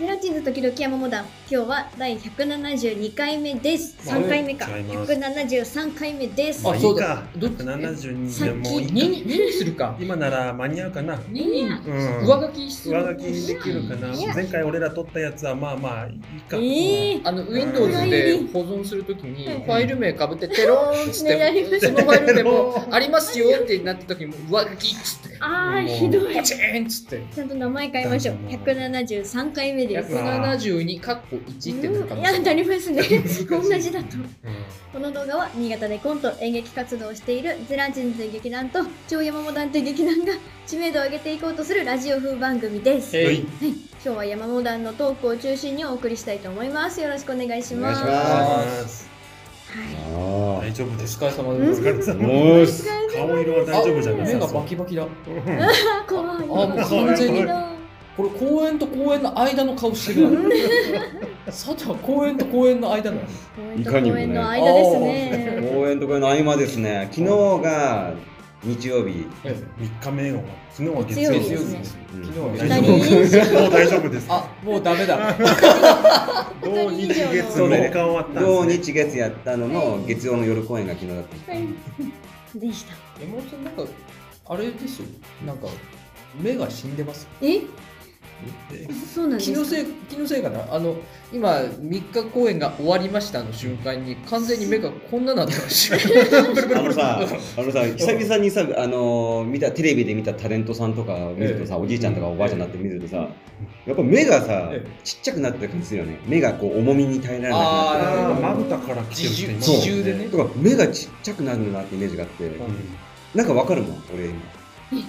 ス時々山モダン今日は第172回目ですまあ3回目か違います173回目ですまああいいいか。どっち72でもいい2か。に二にするか。今なら間に合うかな。 2にうん。上書きする上書きできるかな。いや前回俺ら撮ったやつはまあまあいいか。えーあの Windows で保存するときにうんファイル名かぶってテローンっつっねやりましてたそ のファイル名もありますよってなったときに上書きっつってあーひどいパチーンっつってちゃんと名前変えましょう173回目ですや172カッコ1ってなるかうんいもやしれな。ないりますね同じだとうんこの動画は新潟でコント演劇活動をしているゼラチンという劇団と超山モダンという劇団が知名度を上げていこうとするラジオ風番組です、えはいい今日は山モダンのトークを中心にお送りしたいと思いますよろしくお願いしますお願いしまはいあ大丈夫おです疲か。れ様おです。疲れあ。様。もうす。顔色は大丈夫じゃない目がバキバキだ。あ怖いあもう完全にだこれ公園と公園の間の顔してるな。佐藤は公園と公園の間だよ。公園といかにもね公園の間ですね応援とこの合間ですね。昨日が日曜日。三日目を昨日は月曜強日いですねうん昨日大丈は大丈夫夫何もう大丈夫です。あ、もうダメだ。同日月の日間終わったんですね。同日月やったのはいも月曜の夜公演が昨日だったんですはいでした山本さんなんかあれですよなんか目が死んでますええそうなんで気すのかせい気のせいかなあの今3日公演が終わりましたの瞬間に完全に目がこんななって ましたあのさ、あのさ、久々にさ、あのー見たテレビで見たタレントさんとか見るとさ、ええおじいちゃんとかおばあちゃんになって見るとさ、やっぱ目がさえ、ちっちゃくなってる感じするよね。目がこう重みに耐えられなくあなってーる。まぶたから来てる人います自重自重でねとか目がちっちゃくなるなってイメージがあって、なんかわかるもん、俺今。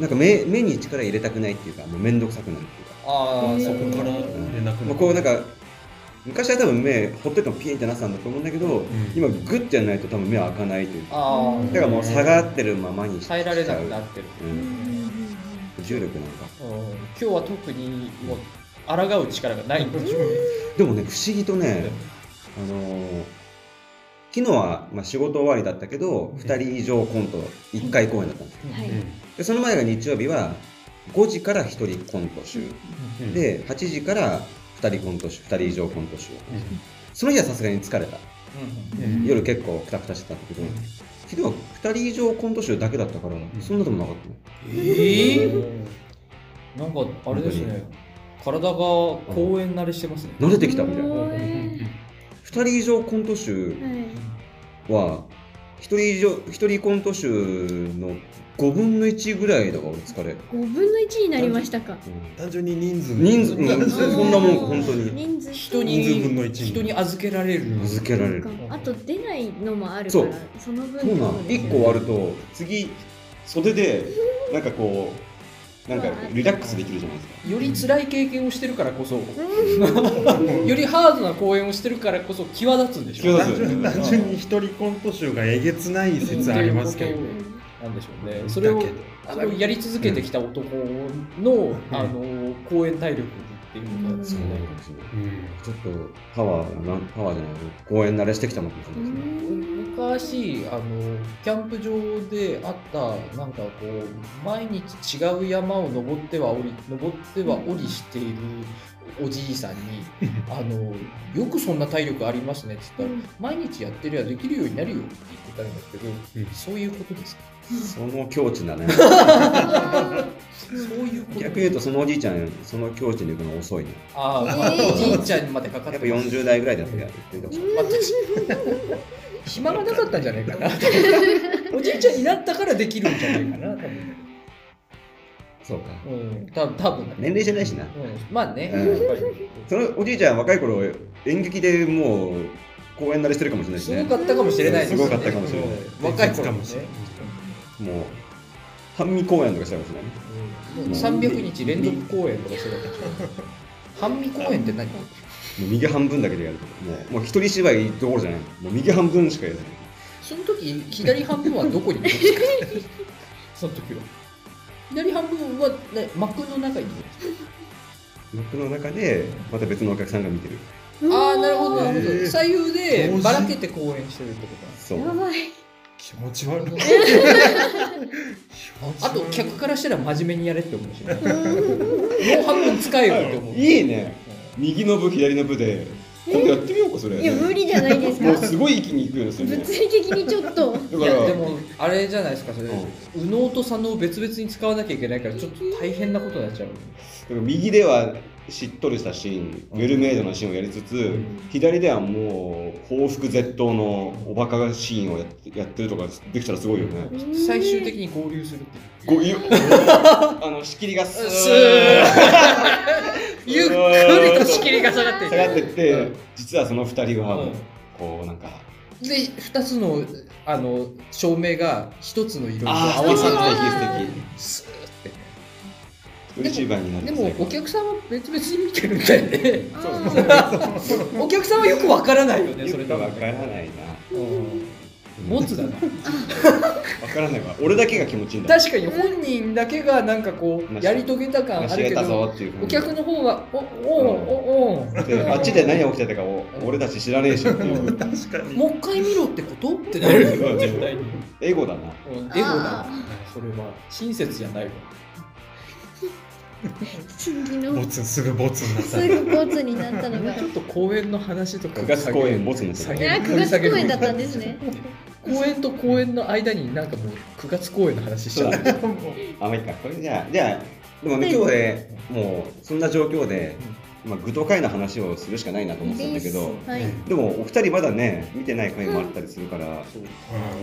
なんか目目に力入れたくないっていうか、もうめんどくさくなるっていうか。ああえそそここかからら連絡もうこうなんか昔は多分目ほっといてもピーンってなってたんだと思うんだけど、今グッてやらないと多分目は開かないというかあうんーだからもう下がってるままにし耐えられなくなっってる、ううんうんん、うん重力なんかうん、今日は特にもう抗う力がないんでしょでもね不思議とね、あのー昨日はまあ仕事終わりだったけど2人以上コント1回公演だったんですようんはいでその前が日曜日は5時から1人コント集うんで8時から2人コント集2人以上コント集その日はさすがに疲れたうんうん夜結構くたくたしてたんだけど、昨日は2人以上コント集だけだったから、そんなでもなかったねええなんかあれですね体が公園慣れしてますね慣れてきたみたいなお2ー人以上コントは集いは1人以上一人コント集の5分の1ぐらいだから俺疲れ、 5分の1になりましたか単純に人数人数うんあーそんなもんか本当に人数人に人数分の一人に預けられる預けられるあと出ないのもあるかそらうその分そうなんです1個終わると次袖でなんかこうなんかリラックスできるじゃないですかより辛い経験をしてるからこ そ、うんよりハードな公演をしてるからこそ際立つんでしょ際単立純単純に一人コント集がえげつない説ありますけどなんでしょうねそれをだけどあのやり続けてきた男の、あの公演体力っていうのがですそうね、ですねうんちょっとパワーなパワーじゃない公演慣れしてきたのかもしれないですね昔あのキャンプ場であったなんかこう毎日違う山を登っては降り登っては降りしているおじいさん に「あのよくそんな体力ありますね」って言ったら「毎日やってりゃできるようになるよ」って言ってたんだけど、うんそういうことですかその境地だ ねそういうこと逆に言うとそのおじいちゃんその境地に行くの遅いねああ、えーおじいちゃんまでかかやっってぱます40代ぐらいだったらやってみてほしいまあ確かに 暇がなかったんじゃないか なおじいちゃんになったからできるんじゃないかな多分そうかうん多分多分だね年齢じゃないしなうんまあね、うんやっぱそのおじいちゃん若い頃演劇でもう公演慣れしてるかもしれなりいしすねごかったかもしれないですねすごかったかもしれないうん若い頃かねもしれないもう半身公演とかしたかもしれうないねんもう300日連続公演とかしてるわけでしょ半身公演って何もう右半分だけでやるもうもう一人芝居どころじゃないもう右半分しかやらないその時左半分はどこにいるんですかその時は左半分は、ね、幕の中にいるんですか僕の中でまた別のお客さんが見てるああなるほどなるほえーど左右で同時ばらけて公演してるってことなんですそうやばい気持ち悪いあと客からしたら真面目にやれって思うしねもう半分使えよって思ういいね右の部左の部で今度やってみようかそれいや無理じゃないですかもうすごい息にいくよねそれ物ね理的にちょっとだいからやでもあれじゃないですかそれ、うん右脳と左脳別々に使わなきゃいけないからちょっと大変なことになっちゃうだから右ではしっとりしたシーンウェルメイドなシーンをやりつつ、左ではもう報復絶倒のおバカシーンをやってやってるとかできたらすごいよね、最終的に合流する っていうこういうあの仕切りがスーッゆっくりと仕切りが下がっていく下がってって、うん実はその二人はもう、うんこうなんかで2つのあの照明が1つの色に合ああわさっ素て敵素スーって敵嬉しい場合になるでんもねお客さんは別々に見てるんだよねあそうーお客さんはよくわからないよねよそれく多わ分からないうん持つだななわからないわ俺だけが気持ちいいんだ確かに本人だけがなんかこまあうやり遂げた感あ知るれけたぞどっていうふうにお客の方はおおおおであっちで何が起きてたかを俺たち知らねえしっていう確かにもう一回見ろってことってなるよ絶対にエゴだなうんエゴだあなそれは親切じゃないわ次ボのツすぐボツになったすぐボツになったのがちょっと公演の話とか九月公演ボツになって下たいやげ9月公演だったんですね公演と公演の間になんかもう9月公演の話しちゃうそうあまあいいかこれじゃあじゃあでもね、今日で、もう、そんな状況で、まあ、具と会の話をするしかないなと思ってたんだけど、はいでも、お二人まだね、見てない回もあったりするから、はい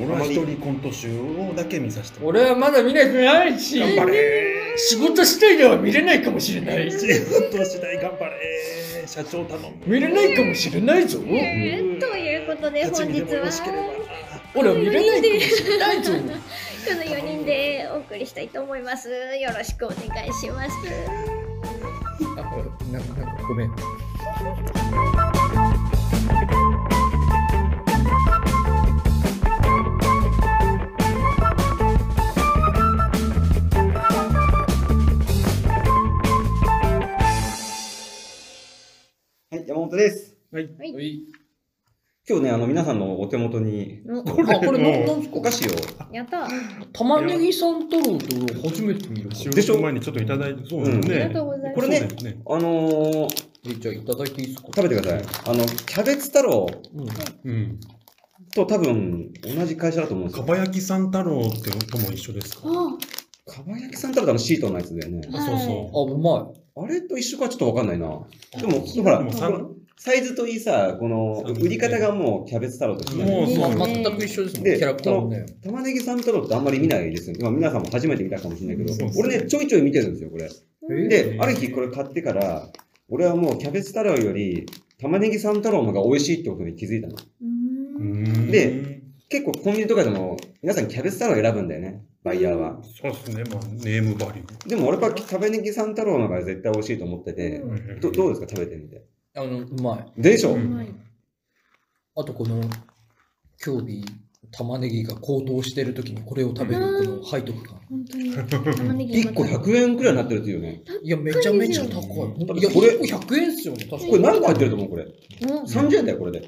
俺は一人コント集をだけ見させてもら俺はまだ見れてないし頑張れ仕事したいでは見れないかもしれない仕事次第頑張れ社長頼む見れないかもしれないぞえーということで立ち本見日でもよろしければは俺は見れないかもしれないぞこの4人でお送りしたいと思いますよろしくお願いしますあななんかごめんはい山本ですおい今日ね、あの、皆さんのお手元に、おこあこれなんなんもすおか菓子を、やったあ玉ねぎさん太郎と俺初めて見るう収でしょ録前にちょっといただいてそうでりすね、がとうございますこれそねうあのーえじゃあいただいていいですか食べてください。あの、キャベツ太郎うんうんと多分、同じ会社だと思うんですかよ。ば焼きさん太郎ってとも一緒ですかあかば焼きさん太郎ってあのシートのやつだよね。あそうそあうまあれと一緒かちょっとわかんないな。でも、うほら、でもこさんのサイズといいさ、このそうですね売り方がもうキャベツ太郎と一緒だもよねうい、そうま、全く一緒ですもんキでャラクターもね玉ねぎさん太郎ってあんまり見ないですよね。まあ皆さんも初めて見たかもしれないけど、そうそう俺ね、ちょいちょい見てるんですよ、これ。うんで、ある日これ買ってから、俺はもうキャベツ太郎より玉ねぎ三太郎の方が美味しいってことに気づいたの。うんうんで結構コンビニとかでも皆さんキャベツ太郎選ぶんだよね、バイヤーは。そうですねまあネームバリュでも俺は玉ねぎ三太郎の方が絶対美味しいと思ってて、ーどどうですか食べてみて。あのうまいでしょ、うんうまいあとこの今日日玉ねぎが高騰してる時にこれを食べるこの背徳感本当に玉ねぎ1個100円くらいになってるっていうね。いやめちゃめちゃ高いだっいてやここれれ100円っすよね確かこれ何個入ってると思うこれ。うん30円だよ、これで。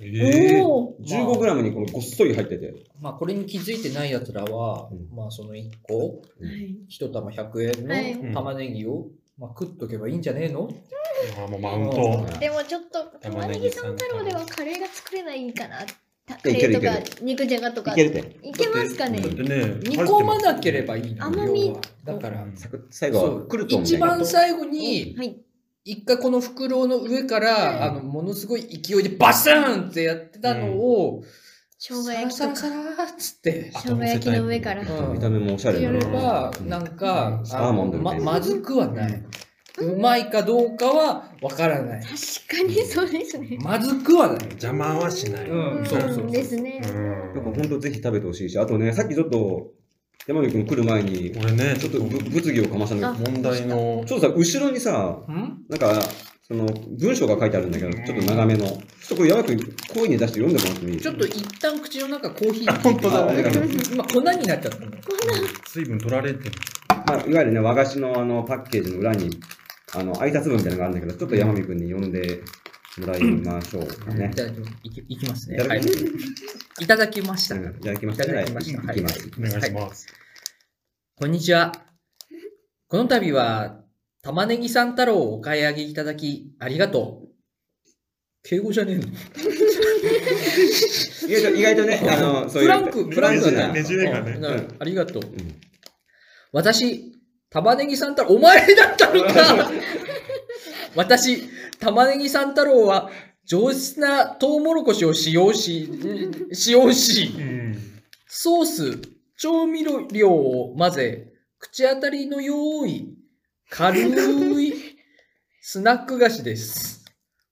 えーおー 15g にこのごっそり入ってて。まあこれに気づいてないやつらは、うんまあその1個はい1玉100はい円の玉ねぎを、まあ、食っとけばいいんじゃねえのあーもうマウントでもちょっと玉玉ねぎねぎさん三太太郎郎ではカレーが作れないかなたカいレけーるといけるか肉じゃがとかいいけるって。けますかねだってね煮込まなければばいいの甘よみ要はだからサクッ最後は来ると思う一んだけど番最後にはい一回この袋の上から、うんあのものすごい勢いでバスーンってやってたのを、生姜焼きサとラかサラサラっつって生姜焼きの上からうん見た目もおしゃれやだれな。ばうんなんか、サあーモのンだよまねまずくはない、うまいかどうかはわからない確かにそうですねまずくはない邪魔はしないうんそうそうそううんですねうんなんか本当ぜひ食べてほしいし、あとね、さっきちょっと山口くん来る前に、俺ねちょっとぶ物議をかましたんだけ問題のど、ちょっとさ、後ろにさ、んなんか、その文章が書いてあるんだけど、ちょっと長めの。ちょっとこれ山口くん、声に出して読んでもらってもいいちょっと一旦口の中コーヒーあ本当だね今粉になっちゃったの水分取られてるまあ、いわゆるね、和菓子のあのパッケージの裏に、あの、挨拶文みたいなのがあるんだけど、ちょっと山口くんに読んでもらいましょうかね。じゃあいきいきますねいたはだいきますいただきました、うんいただきまいしたたね。だきました、いきます。お願いしますこんにちは。この度は、玉ねぎさん太郎をお買い上げいただき、ありがとう。敬語じゃねえの意外と意外とね、あの、そういフう。ランク、フランクだなねじれがねうんうんありがとう。うん私、玉ねぎさん太郎、お前だったのか私、玉ねぎさん太郎は、上質なトウモロコシを使用し、ん使用し、うんソース、調味料を混ぜ、口当たりの良い、軽いスナック菓子です。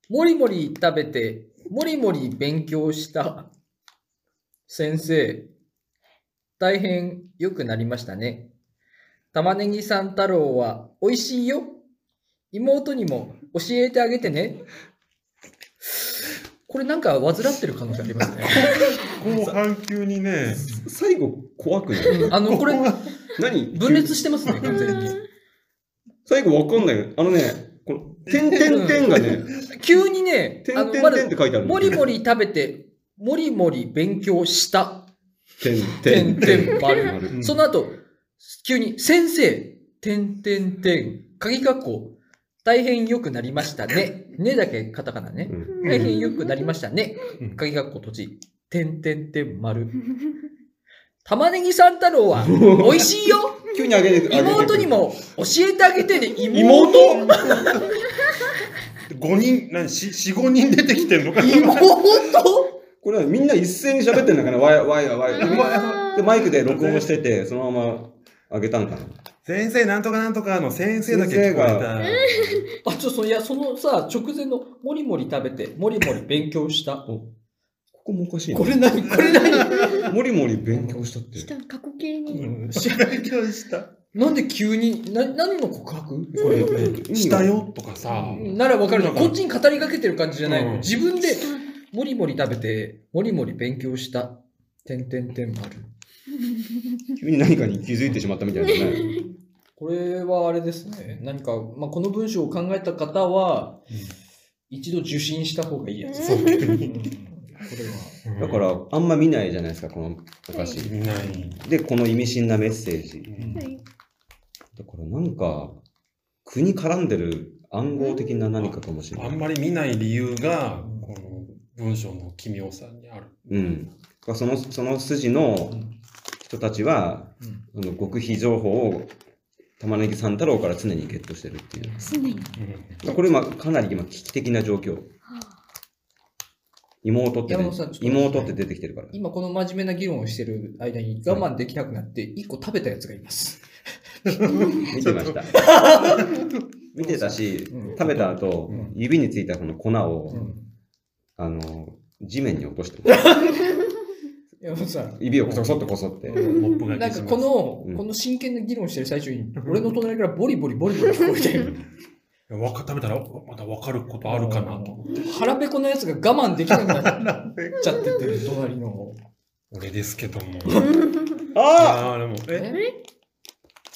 もりもり食べて、もりもり勉強した先生、大変良くなりましたね。玉ねぎさん太郎は美味しいよ。妹にも教えてあげてね。これなんか患ってる可能性ありますね。後半急にね、最後、怖くないあの、 これ、何分裂してますね、完全に。最後わかんないよ。あのね、この、点々点がね、急にね、点あ々の、ま点っず、て書いてあるもりもり。り食べて、もりもり勉強した、点てん々て点。んばる。うんその後、急に、先生、てんてんてん、鍵括弧、大変良くなりましたね。ねだけカタカナねう。ん大変良くなりましたねうん。鍵括弧閉じ、てんてんてん丸。玉ねぎ三太郎 は、美味しいよ急に上げて上げて妹にも教えてあげてね、妹5人、何、4、5人出てきてんのかな。妹これはみんな一斉に喋ってんだから、わいわいわい。うんお前で、マイクで録音してて、そのまま上げたんかな。先生、なんとかなんとかの先生だけ聞こえあ、ちょ、そいや、そのさ、直前の、もりもり食べて、もりもり勉強した。こここもおかしいな。れ何これ何もりもり勉強したって。した過去形た。に。うん知らんけどした。なんで急に、な、何の告白これ。したよとかさ。ならわかるじゃん。なんこかっちに語りかけてる感じじゃないの。うん自分で、もりもり食べて、もりもり勉強した。てんてんてん丸。急に何かに気づいてしまったみたいなね。これはあれですね。何か、まあ、この文章を考えた方は、一度受信した方がいいやつ。そううんこれは。だか、ら、あんま見ないじゃないですか、このお菓子。見ない。で、この意味深なメッセージ。はいだからなんか、国絡んでる暗号的な何かかもしれあないん。まり見ない理由が、この文章の奇妙さにある。うん。その、その筋のうん人たちは、うんあの極秘情報を玉ねぎ三太郎から常にゲットしてるっていう。常に。これ、まあ、かなり今、危機的な状況。はあ妹って山ね本さんちょっ、と妹って出てきてるから。今この真面目な議論をしてる間に我慢できなくなって一個食べたやつがいます。見てました。 見てたしう、ん食べた後うん、指についたこの粉うを、ん。あの、地面に落としてた、山本さん。指をこそこそっとこそって。うんモップがな消んかしますこの、うんこの真剣な議論してる最中に、ん俺の隣からボリボリボリボリ聞こえいて、やわか食べたらまた分かることあるかなと。腹ペコのやつが我慢できなくなっちゃってて、隣の。俺ですけども。ああああ、でも、え え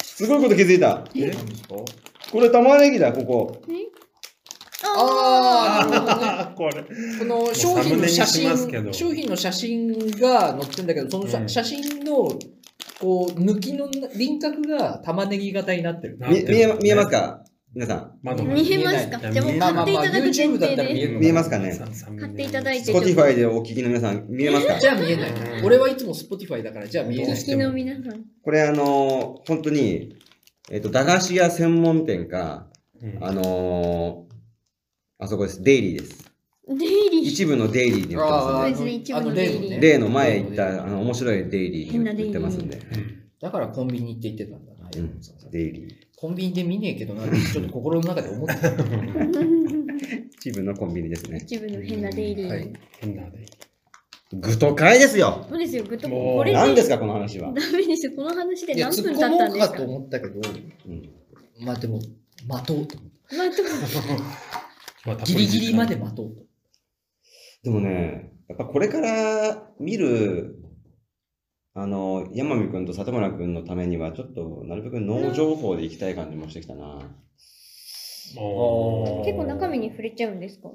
すごいこと気づいた。え何ですかこれ玉ねぎだ、ここ。あー、なるほどね。あー、これ。この商品の写真もうサムネにしますけ、ど商品の写真が載ってるんだけど、その写,、うん写真の、こう、抜きの輪郭が玉ねぎ型になってる。なん見て見えいうまの見えますか皆さん。窓が見えますか見えないじゃあもう買っていただく前まあまあまあ YouTube だっ提たら見えで。る見えますかね買っていただいてちょっと Spotify でお聞きの皆さん、見えますかじゃあ見えない。俺はいつも Spotify だから、じゃあ見えおな聞い。きの皆さん。これあのー本当に、えっ、と、駄菓子屋専門店か、うんあのーあそこです。デイリーです。デイ リー。一部のデイリーに売ってあまーすそうですね一部のあと例ねんで。例の前行った、あの、面白いデイリーに売ってますんで。だからコンビニって言ってたんだな、うんデイリー。コンビニで見ねえけどな、ちょっと心の中で思ってた。一部のコンビニですね。一部の 変なデイリー。はい変なで。具と買いですよそうですよ、グッドもうこれ何でですか、この話は。ダメですよ、この話でいや、何突っ分経込ったもんうですかかと思ったけど、うんまあでも、待とうと。まあと ギリギリまで。待とうと。でもね、やっぱこれから見る、あの、山見くんと里村くんのためには、ちょっと、なるべく脳情報でいきたい感じもしてきたな。もう結構中身に触れちゃうんですか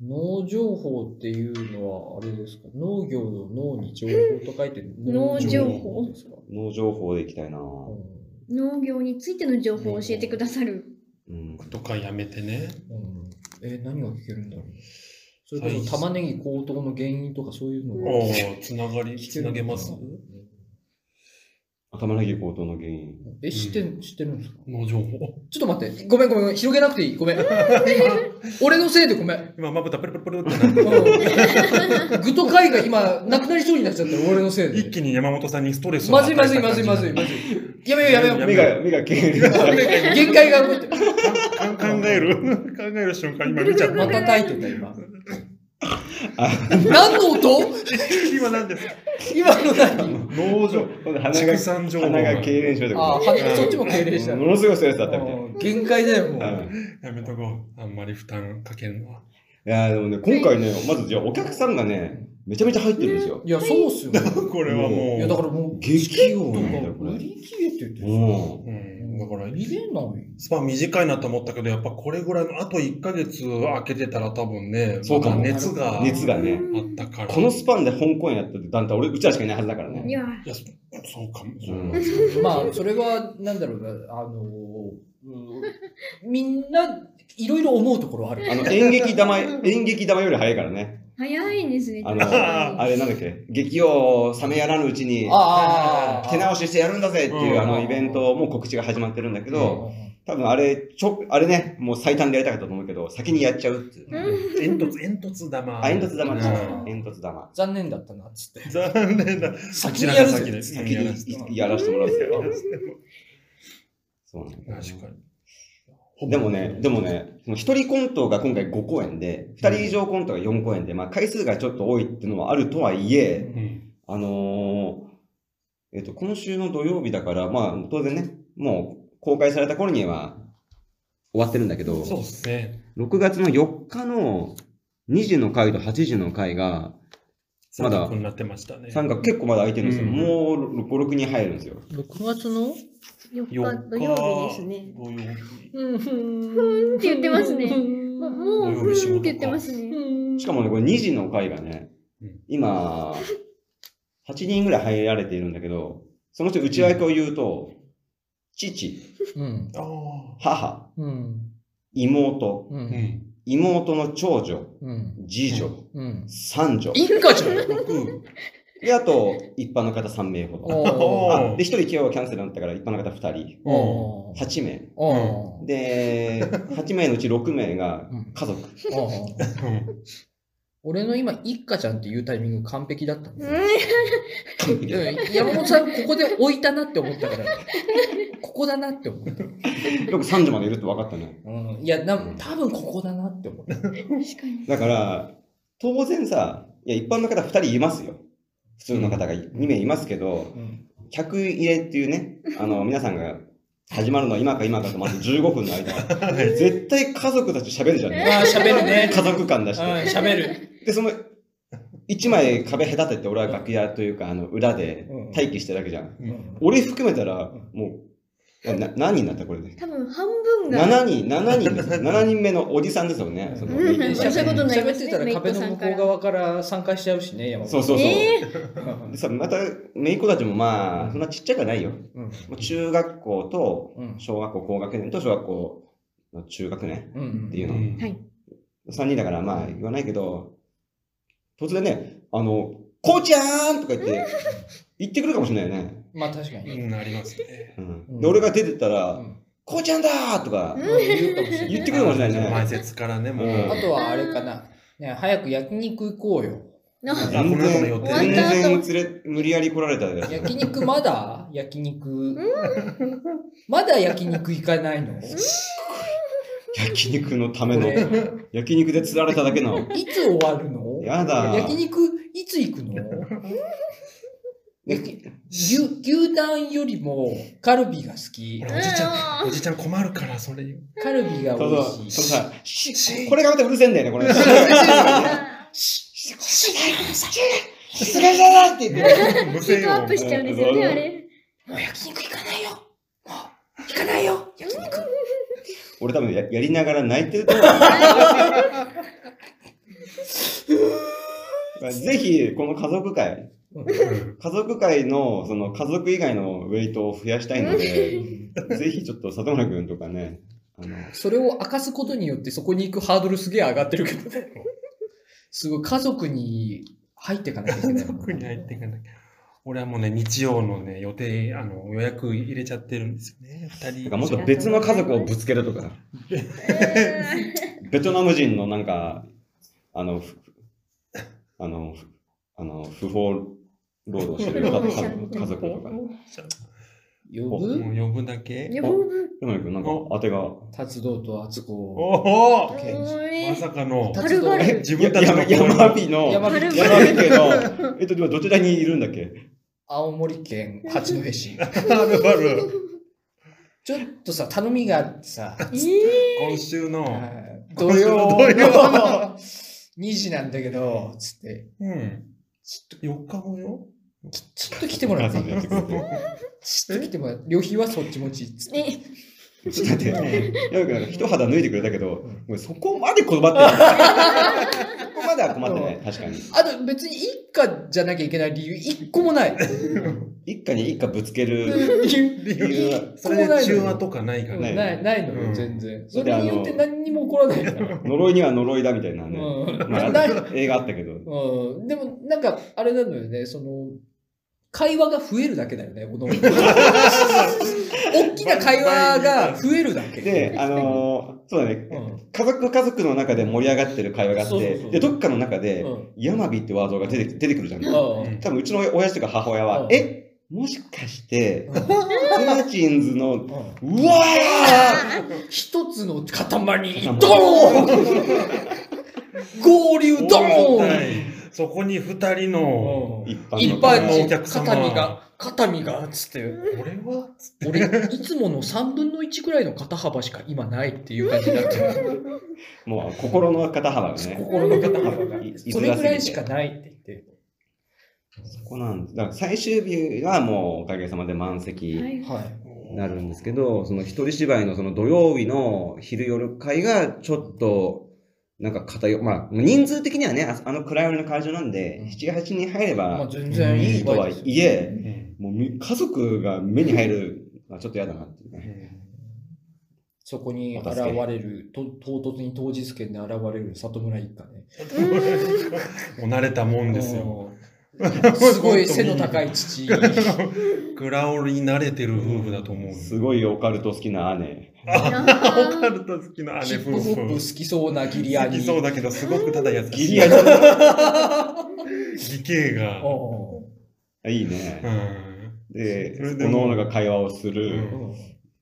農情報っていうのは、あれですか農業の農に情報と書いて、農情報ですか脳情報でいきたいな。うん農業についての情報を教えてくださる。うん。僕とかやめてね。うん、えー何が聞けるんだろうそれこそ玉ねぎ高騰の原因とかそういうのおがおー、つながり、聞つけるなのかなげ ます頭のぎ高騰の原因。え、知ってん、知ってるんですかの情報。ちょっと待って、ごめんごめん、広げなくていい、ごめん。俺のせいでごめん。今、まぶたプルプルプルってなっうてん具と貝が今、なくなりそうになっちゃった俺のせい一で。気に山本さんにストレスをまず与いえたま感じずいまずいまずいまずい。やめようやめよう。や目が、目が経営が。限界がこうやってか考える、 考える瞬間、今見ちゃっまた。た炊いてた、今。あ何の音今何ですか今の何農場。鼻畜が、産情報。鼻が経営症ってああ、こはそっちも敬礼した。と。うものすごいストレスだったみたいな。ん限界だよ、もうんう。やめとこう。あんまり負担かけるのは。いやーでもね、今回ね、まずじゃあお客さんがね、めちゃめちゃ入ってるんですよ。いや、そうっすよ。これはもう。 いや、だからもう、激と音かなんだよ、これ。売り切れてて。うん。うん、だから、見れない。スパン短いなと思ったけど、やっぱこれぐらいの、あと1ヶ月空けてたら多分ね、そうかもまだ熱があ熱がね。ったから。このいスパンで香港やってて、団体、俺、うちらしかいないはずだからいね。やや、そそうかも。う。そうんまあ、それは、なんだろうな、あのー、うんみんな、いろいろ思うところある。あの、演劇玉、演劇玉より早いからね。早いんですねあのあれなんだっけ劇曜冷めやらぬうちに、ああ、手直ししてやるんだぜっていううんあのイベント、もう告知が始まってるんだけうど、多分あれ、ちょ、あれね、もう最短でやりたかったと思うけど、先にやっちゃうっていう。煙突、煙突玉。あ、煙突玉だう。ん煙突玉。残念だったな、つって。残念だ。先にやるこちらぜ。が先先にやらせてにやらせてもらうんですよ。そうなんだよ確かに。でもね、でもね、その一人コントが今回5公演で、二人以上コントが4公演で、まあ回数がちょっと多いっていうのはあるとはいえ、うん、あのーえっと、今週の土曜日だから、まあ、当然ね、もう公開された頃には終わってるんだけど、そうですね。 6月の4日の2時の回と8時の回が、ままだだ。になってましたね。三角結構まだ空いてるんですよ。うんもう5、6人入るんですよ。 6月の4日四日土曜日ですね。土曜日。うん、ふんって言ってますねもうももう土曜日ふ仕事ーんかって言ってますね。しかもね、これ2時の回がねうん、今、8人ぐらい入られているんだけど、そのうち内訳を言うと、父、うん、あ母、うん、妹、う、あ。うんん。妹の長女、うん、次女、うん。三女。インカじゃん僕、で、あと、一般の方3名ほど。おーあで、1人今日はキャンセルになったから、一般の方2うん。お人、8名。おおで、8名のう ち6名が家族。ー俺の今、一家ちゃんっていうタイミング完璧だったんだようん山本さん、ここで置いたなって思ったから、 ここだなって思った。よく三女までいるって分かったね。うん、いや、な多分ここだなって思った。確かに。だから、当然さ、いや、一般の方2人いますよ。普通の方が2名いますけど、うん、客入れっていうね、あの、皆さんが始まるのは今か今かとまず15分の 間、はい絶対家族たち喋るじゃん。ああ、喋るね。家族感出うんして。喋る。で、その、一枚壁隔てて俺は楽屋というか、あの、裏でうん待機してるわけじゃん。うん俺含めたら、もう、な何人だったこれで。多分半分が。 7人、7人です。7人目のおじさんですよね。そのうんうんそういうことになり喋まっすてねたら壁の向こう側から参加しちゃうしね、山本そうそうそう。えーでさ、また、姪っ子たちもまあ、そんなちっちゃくはないよ。うんもう中学校と、うん小学校高学年と小学校の中学年うんっていううの。んはい3人だからまあ言わないけど、突然ね、あの、こうちゃーんとか言 って、言ってくるかもしれないよね。まあ確かうに。ん、ありますね。うん、で、俺が出てったうら、んこうちゃんだーとかうん、言うかもしれない言ってくるかもしれないね前説からね、もう。うんあとはあれかな。ね、早く焼肉行こうよ。ああこ全の後の然予、定全然連れ、無理やり来られたやつ。焼肉まだ焼肉。まだ焼肉行かないの焼肉のためこの、れ焼肉で釣られただけの。いつ終わるのやだ焼肉いつ行くのね牛牛タンよりもカルビが好きほ。らおじちゃ、うんんおじちゃん困るから、それ言う。カルビがそう美そう、味そのしい。さ、ししこれがまたうるせえんだよ ね、これ。しないでください。失礼だなって言って。無ヒー声トアップ音。しちゃうんですよね、あれ。もう焼肉行かないよ。もう行かないよ。焼肉。俺多分ややりながら泣いてると 思う。まあぜひ、この家族会、うん家族会の、その家族以外のウェイトを増やしたいので、ぜひちょっと里村くんとかね、あのそれを明かすことによってそこに行くハードルすげえ上がってるけ どね。すごい家族に入っていかなきゃいけないもんね。特に入っていかなきゃ。俺はもうね、日曜のね、予定、あの、予約入れちゃってるんですよね。二人。なんかもっと別の家族をぶつけるとか、えベトナム人のなんか、あの、ふあの、ふあの不法労働してる家家家族とか。呼ぶもう呼ぶだけー、。日本文でもなんか当てが、達道と厚子おを。おケンジえーまさかの。はるばえる自分たちのや山火の、山山火はるばる火家の、えっと、今どちらにいるんだっけ青森県八 戸市。あるある。ちょっとさ、頼みがあってさ、えー今週の。土曜 土曜の2時なんだけど、つって、うん。ちょっと4日後よ。ちょっと来てもらっていいお母さんがやってくれてちょっと来てもらって、旅費はそっち持ちっつって。えちょっと待って、山木なんか一肌脱いでくれたけど、もうそこまで困ってない。そこまでは困ってない、確かに。あと別に一家じゃなきゃいけない理由一個もない。一家に一家ぶつける。理由はそれで中和とかないかなら。いないないのうよん全然。そそれでれによって何にも起こらないから。呪いには呪いだみたいなうね。んまあ ない映画あったけど。うんでもなんかあれなのよねその会話が増えるだけだよねおのおの大きな会話が増えるだけ。で、あのーそうだねう、ん家族家族の中で盛り上がってる会話があっそうそうて、そうで、どっかの中で、うんヤマビってワードが出て出てくるじゃん。多うんうん分うちの親父とか母親はう、んえもしかして、うプラチンズの、んうんうわ一つの塊にドーン合流ドそうーンないそこに2人の。のー一一般般のの人お客様肩身が肩身がつって俺は俺いつもの3分の1くらいの肩幅しか今ないっていう感じになってるもう心の肩幅がね、心の肩幅がいいそれぐらいしかないって言ってそこなんですだから最終日はもうおかげさまで満席はいはいなるんですけど、その一人芝居のその土曜日の昼夜会がちょっと、なんか偏、まあ、人数的にはね、ああの暗闇の会場なんでうん、 7、 7、8人入れまあば全然いいいいと場合はですよいえ、うんもうみ家族が目に入るのはちょっと嫌だなっていうね。そこに現れると唐突に当日券で現れる里村一家ねもう慣れたもんですよ。うんすごい背の高い父グラオルに慣れてる夫婦だと思う。すごいオカルト好きな姉。あオカあルト好きなヒ姉ップホ夫ップ婦。好きそうなギリア好にきそうだけど、すごくただ優しい。ギリアに。理系が。ういいうね。ん。で、それで各も々が会話をする。んうん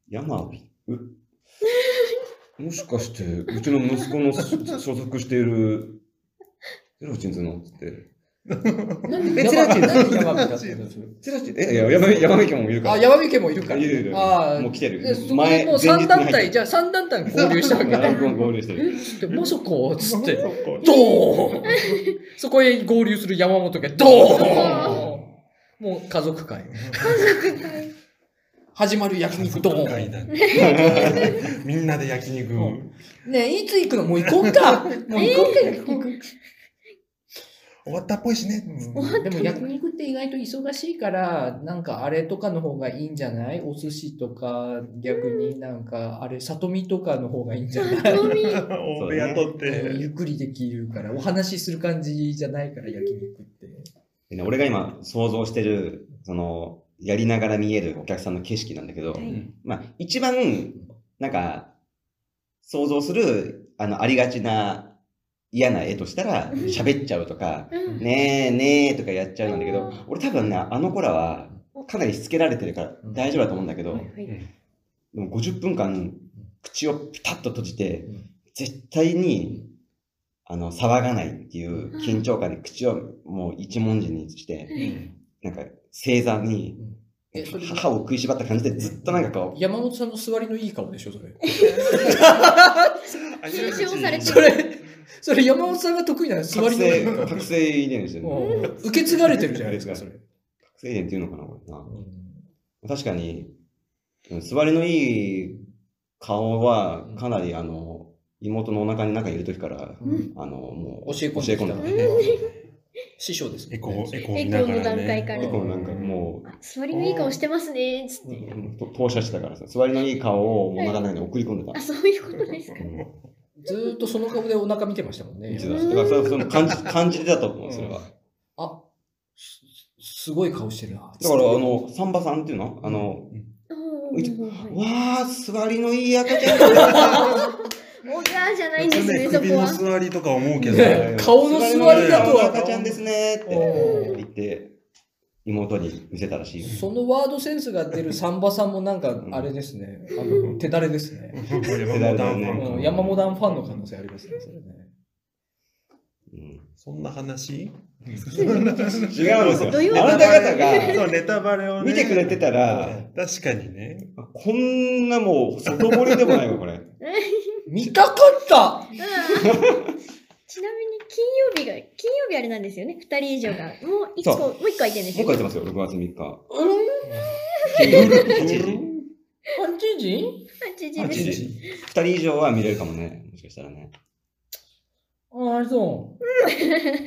山火もしかして、うちの息子の所所属している、ゼラチンズのっつって。なんで別山ラ火ジなんで山火だったんですゼラチン、え、いや、山山山家もいるから。あ、山火家もいるから。いるいるああもう来てるでそこ前にもう前3日に入って団体、じゃあ3団体合流したわけ だ。が合流してる。えっつって、まさかっつって、そこドーンそこへ合流する山本家、ドーンもう家族会。始まる焼肉、ド今回ーだみんなで焼肉。うんンねえ、いつ行くのもう行こうかもう行こうか、焼肉。終わったっぽいしね。でも焼肉って意外と忙しいから、なんかあれとかの方がいいんじゃないお寿司とか、逆になんかあれ、里見とかの方がいいんじゃないー、み大部屋取っうんて。ゆっくりできるから、お話しする感じじゃないから、焼肉って。でね俺が今想像してる、その、やりながら見えるお客さんの景色なんだけど、うんまあ、一番、なんか、想像する、あの、ありがちな嫌な絵としたら、喋っちゃうと か、うんねえねえとかやっちゃうんだけど、俺多分ね、あの子らは、かなりしつけられてるからうん大丈夫だと思うんだけど、はいでも50分間、口をピタッと閉じてうん、絶対に、あの、騒がないっていう緊張感で口をもう一文字にして、なんか、正座にうんえそれ、歯を食いしばった感じでずっとなんかこう、山本さんの座りのいい顔でしょ、それ。あ推奨されてるそれ、それ山本さんが得意なの座覚りのいい醒、顔。覚醒遺伝してるね。うん受け継がれてるじゃないですか、それ。覚醒遺伝っていうのかな、これな。確かに、うん座りのいい顔は、かなり、あの、妹のお腹に中にいる時から、うんあの、もう、教え込んできた教え込んでうん師匠ですエねコー、エコーエ見コなーがのら段階から。ね。結構なんかもあ座りのいい顔してますね。つっう、て。うんと投射してたからさ、座りのいい顔を物語に送り込んでたあ、。そういうことですかう。んずーっとその顔でお腹見てましたもんねいつだだからそれはその感じ感じてたと思う、それは。あすすごい顔してるなだから、あの、サンバさんっていうのあの、おーわあ、座りのいい赤ちゃんだおじゃーじゃないんで普す通ね、ね、そ首このは。座りとか思うけど、ね顔の座りだと座はのいい赤ちゃんですねってうん言って、妹に見せたらしいよ。そのワードセンスが出るサンバさんもなんかあれですね、あの手だれですね、山本アンパンうかん、山モダンファンの可能性ありますねそれねうんそんな話違うんですよ。土曜日あなた方そがう、ネタバレをね。見てくれてたら、確かにね。こんなもう、外堀でもないわ、 これ。見たかったうんちなみに金曜日が、金曜日あれなんですよね、2人以上が。もう1個、そうもう1個空いてるんですもよう書いね。てますよ、6月3う日。ん8時。 8時8時8です。時。2人以上は見れるかもね、もしかしたらね。ああそうあ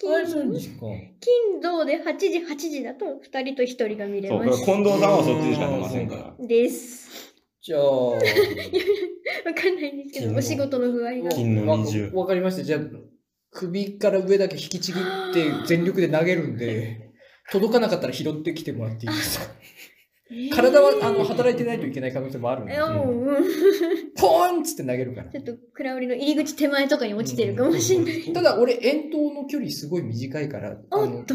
金、そうですか金、銅で8時、8時だと2人と1人が見れそう、まだからす。近藤さんはそっちにしか出ませんかうら。です。じゃあわかんないんですけど、金お仕事の具合が。金の20わわかりましたじゃあ首から上だけ引きちぎって全力で投げるんで届かなかったら拾ってきてもらっていいですか体はあの働いてないといけない可能性もあるんえでー。うんうんポーンっつって投げるからちょっと暗織の入り口手前とかに落ちてるかもしれない。ただ俺遠投の距離すごい短いからあおっのと。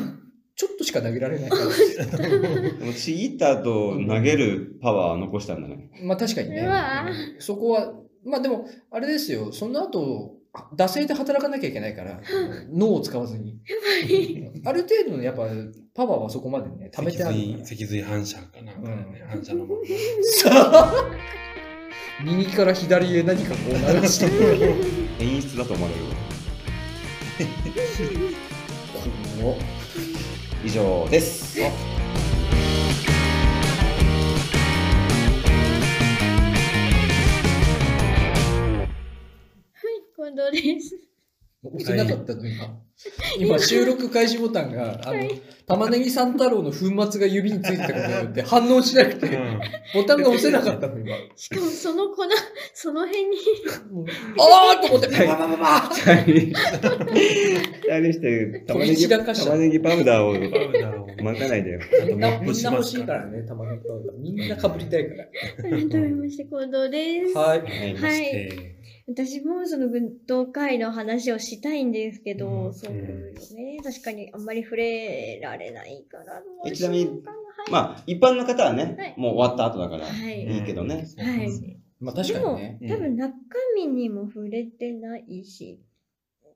ちょっとしか投げられな いからでもちぎった後、投げるパワーは残したんだね。まあ確かにねうわそこはまあでもあれですよその後惰性で働かなきゃいけな いから脳を使わずにある程度のやっぱパワーはそこまでね貯めてある脊髄か脊髄反射かなんかだよね、反射のまま。 ら右から左へ何かこう流して演出だと思われるわ。怖っ以上です。近藤です。押せなかったの今、今収録開始ボタンがあのはい玉ねぎ三太郎の粉末が指についてたことによって反応しなくてボタンが押せなかった の今しかもその粉、その辺に。あーと思ってパパパパ パー二人して玉ねぎ玉ねぎパウダーをうん巻かないでよ。みんなみんな欲しいかかららね玉ねぎパウダーみんなかぶりたいか改めまして近藤です。らはいはいはい。えー私もその運動会の話をしたいんですけど、うんそうよね。確かにあんまり触れられないから。どうえしちよなうみにかなまあ、一般の方ははねい、もう終わった後だから、はいい。いけどね。はいまあ確かでにも、ね多分中身にも触れてないし、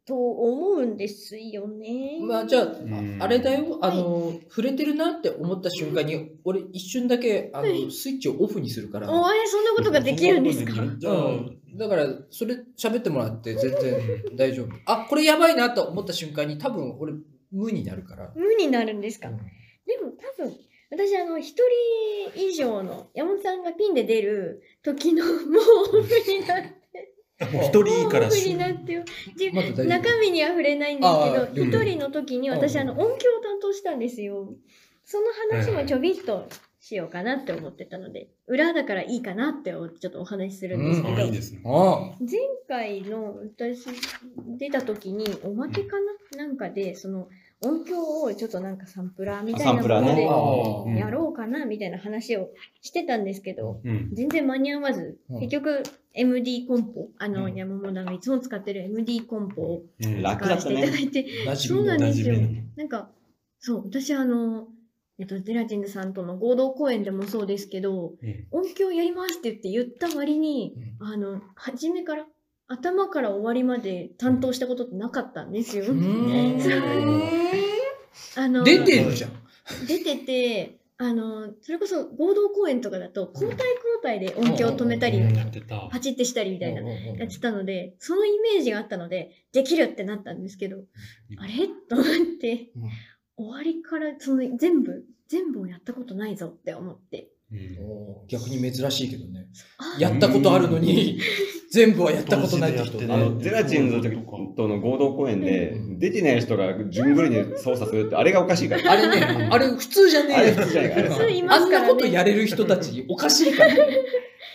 と思うんですよね。まあじゃあ、んああれだよ、あの、触れてるなって思った瞬間に、俺一瞬だけ、あの、はいスイッチをオフにするから、おえそんなことができるんですかそなことできるじゃあうん、だからそれ喋ってもらって全然大丈夫あこれやばいなと思った瞬間に多分俺無になるから、無になるんですか、うんでも多分、私あの、一人以上の、山本さんがピンで出る時の、もうオフになって、もう一人いいもうかオらフしになってよ、じまだ大丈夫中身には触れないんですあけど、一ー人の時にうん私あの、音響を担当したんですよ。その話もちょびっとしようかなって思ってたので、裏だからいいかなって思ってちょっとお話しするんですけど、あいいですね。ああ前回の私出た時におまけかななんかでその音響をちょっとなんかサンプラーみたいなサンプラーねもうのんでやろうかなみたいな話をしてたんですけどうん。全然間に合わずうん結局 MD コンポあうのん山本さんいつも使ってる MD コンポをうん楽使わせていただいてなじそみうのなんですよ馴染み。なんか、そう、私あの、えっと、ゼラチングさんとの合同公演でもそうですけど、うん音響やりますって言って言った割に、あの、初めから、頭から終わりまで担当したことってなかったんですよ。う ーんあの、出てるじゃん出てて、あの、それこそ合同公演とかだと、交代交代で音響止めたり、うんやってた。パチってしたりみたいなうんうんうんやってたので、そのイメージがあったので、できるってなったんですけど、あれと思って、うん終わりからその全部、全部をやったことないぞって思って。うんおー逆に珍しいけどねあやったことあるのに全部はやったことないって同時で人やあってねの、ゼラチンズとの合同公演で、出てない人が順繰りに操作するって、あれがおか しいから。あれね、あれ普通じゃねあえれよ普通じゃないあれ普通いまあすんからねなことやれる人たちおかしいから。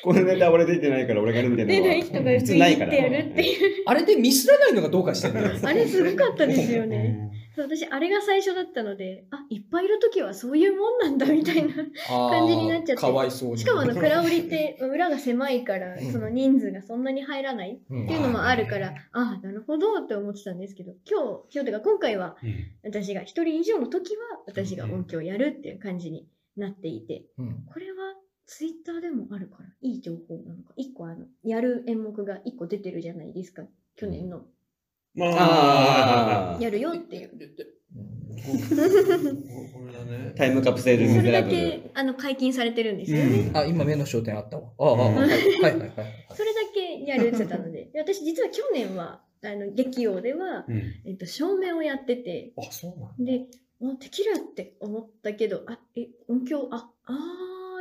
このネタ俺出てないから俺がやるみたいな出のはない人が普通ないから。やるっていう。あれでミスらないのがどうかしてるんだよ。あれすごかったですようね。んそう私、あれが最初だったので、あ、いっぱいいるときはそういうもんなんだみたいな。感じになっちゃってあーかわいそうに。しかもあの、蔵織って裏が狭いから、その人数がそんなに入らないうんっていうのもあるから、ああ、なるほどって思ってたんですけど、今日、今日というか今回はうん私が一人以上の時は私が音響をやるっていう感じになっていて、うんこれはツイッターでもあるから、いい情報なのか。一個あの、やる演目が一個出てるじゃないですか。去年の、まあ、あやるよっていう。これだねあ。。タイムカプセルそミゼれラだブル。け、あの、解禁されてるんですうよね。んあ、今目の焦点あったわ。ああ、ああうんはいはいはいはい。それだけやるってたので、で私実は去年は、あの、劇王では、うん。えっと、照明をやってて、あ、そうなんだで、あ、できるって思ったけど、あ、え、音響、あ、あー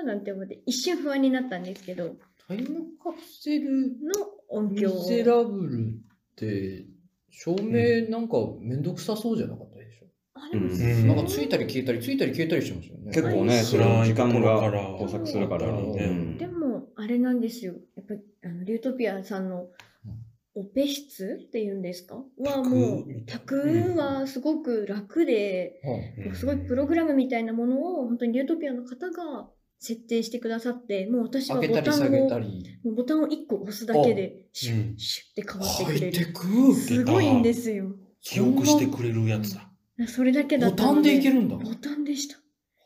なんて思って、一瞬不安になったんですけど、のタイムカプセル音ミ響ゼを。ラブルって、照明なんかめんどくさそうじゃなかったでしょ。あ、でもうんそうんなんかついたり消えたり、ついたり消えたりしてましたよね。結構ね、その辛時いとこ間ろかがら交錯するから。本当にねうんでも、あれなんですよ。やっぱり、あの、リュートピアさんの、オペ室っていうんですかはもう、宅宅はすごく楽で、はいうんすごいプログラムみたいなものを、本当にリュートピアの方が設定してくださって、もう私は上ボげたりタ下ンげをた、り。もうボタンを1個押すだけで、シュうッんシュッって変わってく入れってる。くすごいんですよ。記憶してくれるやつだ。それだけだボったタンでいけるるんだ。ボタンでした。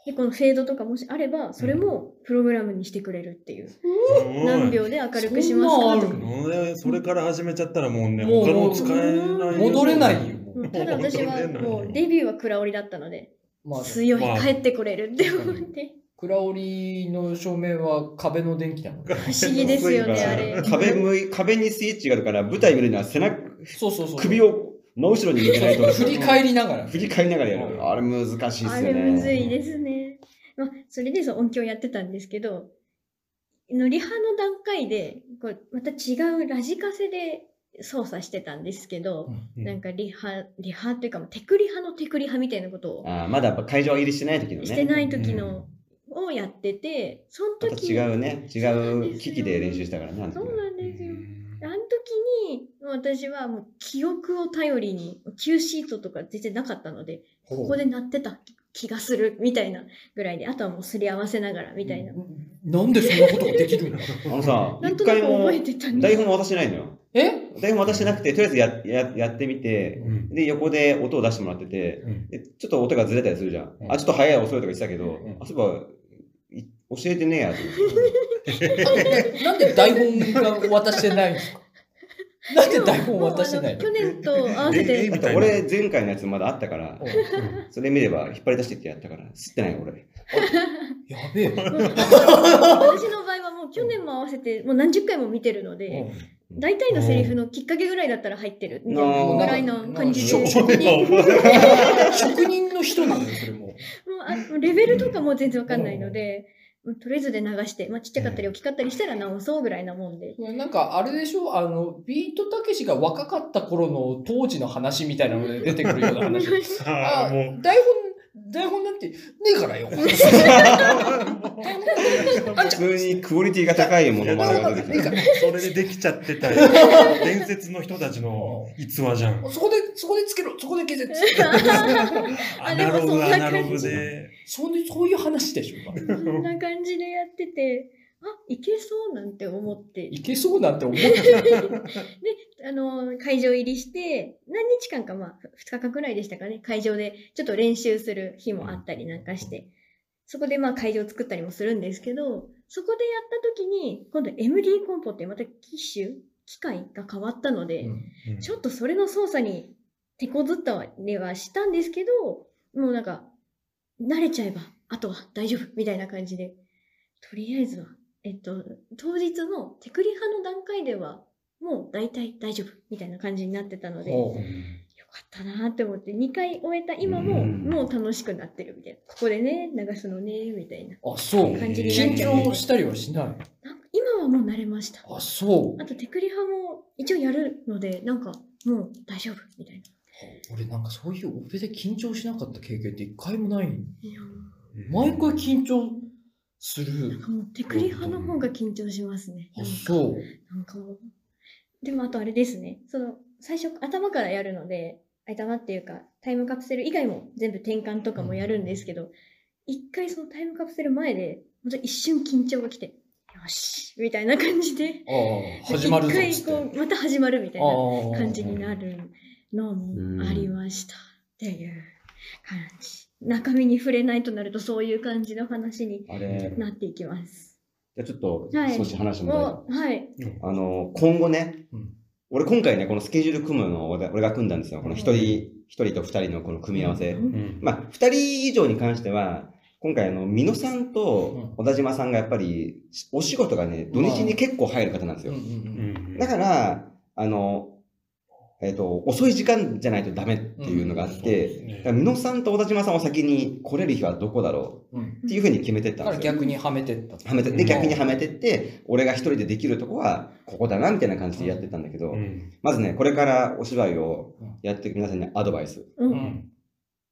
で、このフェードとかもしあれば、それもプログラムにしてくれるっていう。何秒で明るくしますかそんなんあとか。るのもうねそれから始めちゃったらもうね、もう他の使えない。戻れないよ。。うんただ私はもうデビューはクラオリだったので、まあ、強いまあ帰ってこれるって思って。蔵織の照明は壁の電気なのね。不思議ですよね、あれ。壁向い、壁にスイッチがあるから、舞台見るには背中、そうそうそう。首を真後ろに向けないと。 振り返りながら。振り返りながらやる。あれ難しいですよね。あれむずいですね。まあ、それでそう音響やってたんですけど、のリハの段階で、こうまた違うラジカセで操作してたんですけど、なんかリハ、リハっていうか、テクリハのテクリハみたいなことをあーまだ会場入りしてない時のね。してない時の、をやってて、そのまた時、違うね、違う機器で練習したからね。あの時そうなんですよ。あうの時に、私はもう記憶を頼りに、Q シートとか全然なかったので、ここで鳴ってた気がするみたいなぐらいで、あとはもうすり合わせながらみたいな。なんでそんなことができるのあのさ、なんと一なく回も覚えてたん台で。本渡してないのよ。え台本渡してなくて、とりあえずやややってみて、んで、横で音を出してもらってて、うんでちょっと音がずれたりするじゃん。うんあ、ちょっと早い遅いとか言ってたけど、んあ、そういえば、い教えてねえやと思って。なんで台本が渡してないんですかなんで台本渡してない もうのあの去年と合わせ ええあて、と俺、前回のやつまだあったから、うんそれ見れば引っ張り出してきてやったから、吸ってない俺。やべえ。もう私の場合はもう去年も合わせて、もう何十回も見てるので、大体のセリフのきっかけぐらいだったら入ってるみたいなうんぐらいの感じうでん、それは覚え職人の人なのよ、それも。もうあもうレベルとかも全然わかんないので、もうとりあえずで流して、まあ、ちっちゃかったり大きかったりしたら直そうぐらいなもんで。なんかあれでしょあの、ビートたけしが若かった頃の当時の話みたいなので出てくるような話。ああ、も台本、台本なんてねえから よ。普通にクオリティが高いものまねが出てきた。う、それでできちゃって たよ。伝説の人たちの逸話じゃん。そこで、そこでつけろ、そこで消せ。 アナログ、アナログで。そういうそういう話でしょ そんな感じでやってて、あ、いけそうなんて思って、いけそうなんて思ってあの、会場入りして、何日間か、まあ、2日間くらいでしたかね、会場でちょっと練習する日もあったりなんかして、そこでまあ会場を作ったりもするんですけど、そこでやった時に、今度 MD コンポってまた機種、機械が変わったので、うんちょっとそれの操作に手こずったりはしたんですけど、もうなんか、慣れちゃえば、あとは大丈夫みたいな感じで、とりあえずは、えっと、当日のテクリ派の段階では、もう大体大丈夫みたいな感じになってたの で、よほかったなって思って、2回終えた今も、うんもう楽しくなってるみたいな。ここでね、流すのね、みたいな。うあ、そう。感じ緊張したりはしない。なんか今今はもう慣れました。あ、そうあ。と、テクリ派も一応やるので、なんか、もう大丈夫、みたいな。俺なんかそういう俺で緊張しなかった経験って一回もないんいや毎回緊張する。もう、テクリ派の方が緊張しますね。あ、なんかそう。なんかもう。でもあとあれですね。その、最初頭からやるので、頭っていうか、タイムカプセル以外も全部転換とかもやるんですけど、一回そのタイムカプセル前で、本当一瞬緊張が来て、よしみたいな感じで、ああ、始まるぞっつ一っ回こて。う、また始まるみたいなああ。感じになるのもありました。っていう感じ。中身に触れないとなると、そういう感じの話にあれ、なっていきます。じゃあちょっとはい少し話も、もう、はい。あの、今後ね、うん俺今回ね、このスケジュール組むのを俺俺が組んだんですよ。この一人、一人と二人のこの組み合わせ。うんうんまあ、二人以上に関しては、今回あの、美濃さんと小田島さんがやっぱり、お仕事がね、土日に結構入る方なんですうんよう。うんんだから、あの、えっ、と、遅い時間じゃないとダメっていうのがあって、そうですねだから美濃さんと小田島さんは先に来れる日はどこだろうんうん。うっていうふうに決めてっただんかでらすよ。逆にはめてった。はめて、うで、ん逆にはめてって、俺が一人でできるとこは、ここだな、みたいな感じでやってたんだけど、うんまずね、これからお芝居をやっていく皆さんにアドバイス。ううんん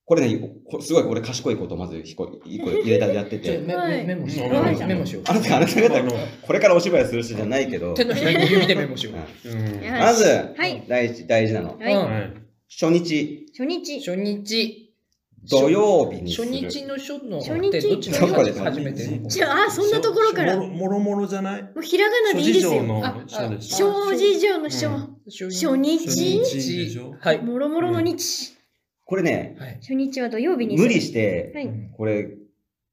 これね、こすごい俺賢いことをまず一個一個入れたやっ てじゃあて、メはいメメモしようんう。メモしよう。あなた、あなたあ方、のこれからお芝居する人じゃないけど、手のひらに指でメモしよう。うんやまず、はい第一、大事なの。はい。はい初日、初日。初日。土曜日にす初る。日の初の初日ってどっちのどこで初めてじゃあ、あそんなところから。ももろもろもろじゃないうひらがな諸でいいです事情よ。のあ書ですあ小事情のう小ん。初初日初日でしょはい。もろもろの日。これね、はい。初日は土曜日にする。無理して、はいこれ、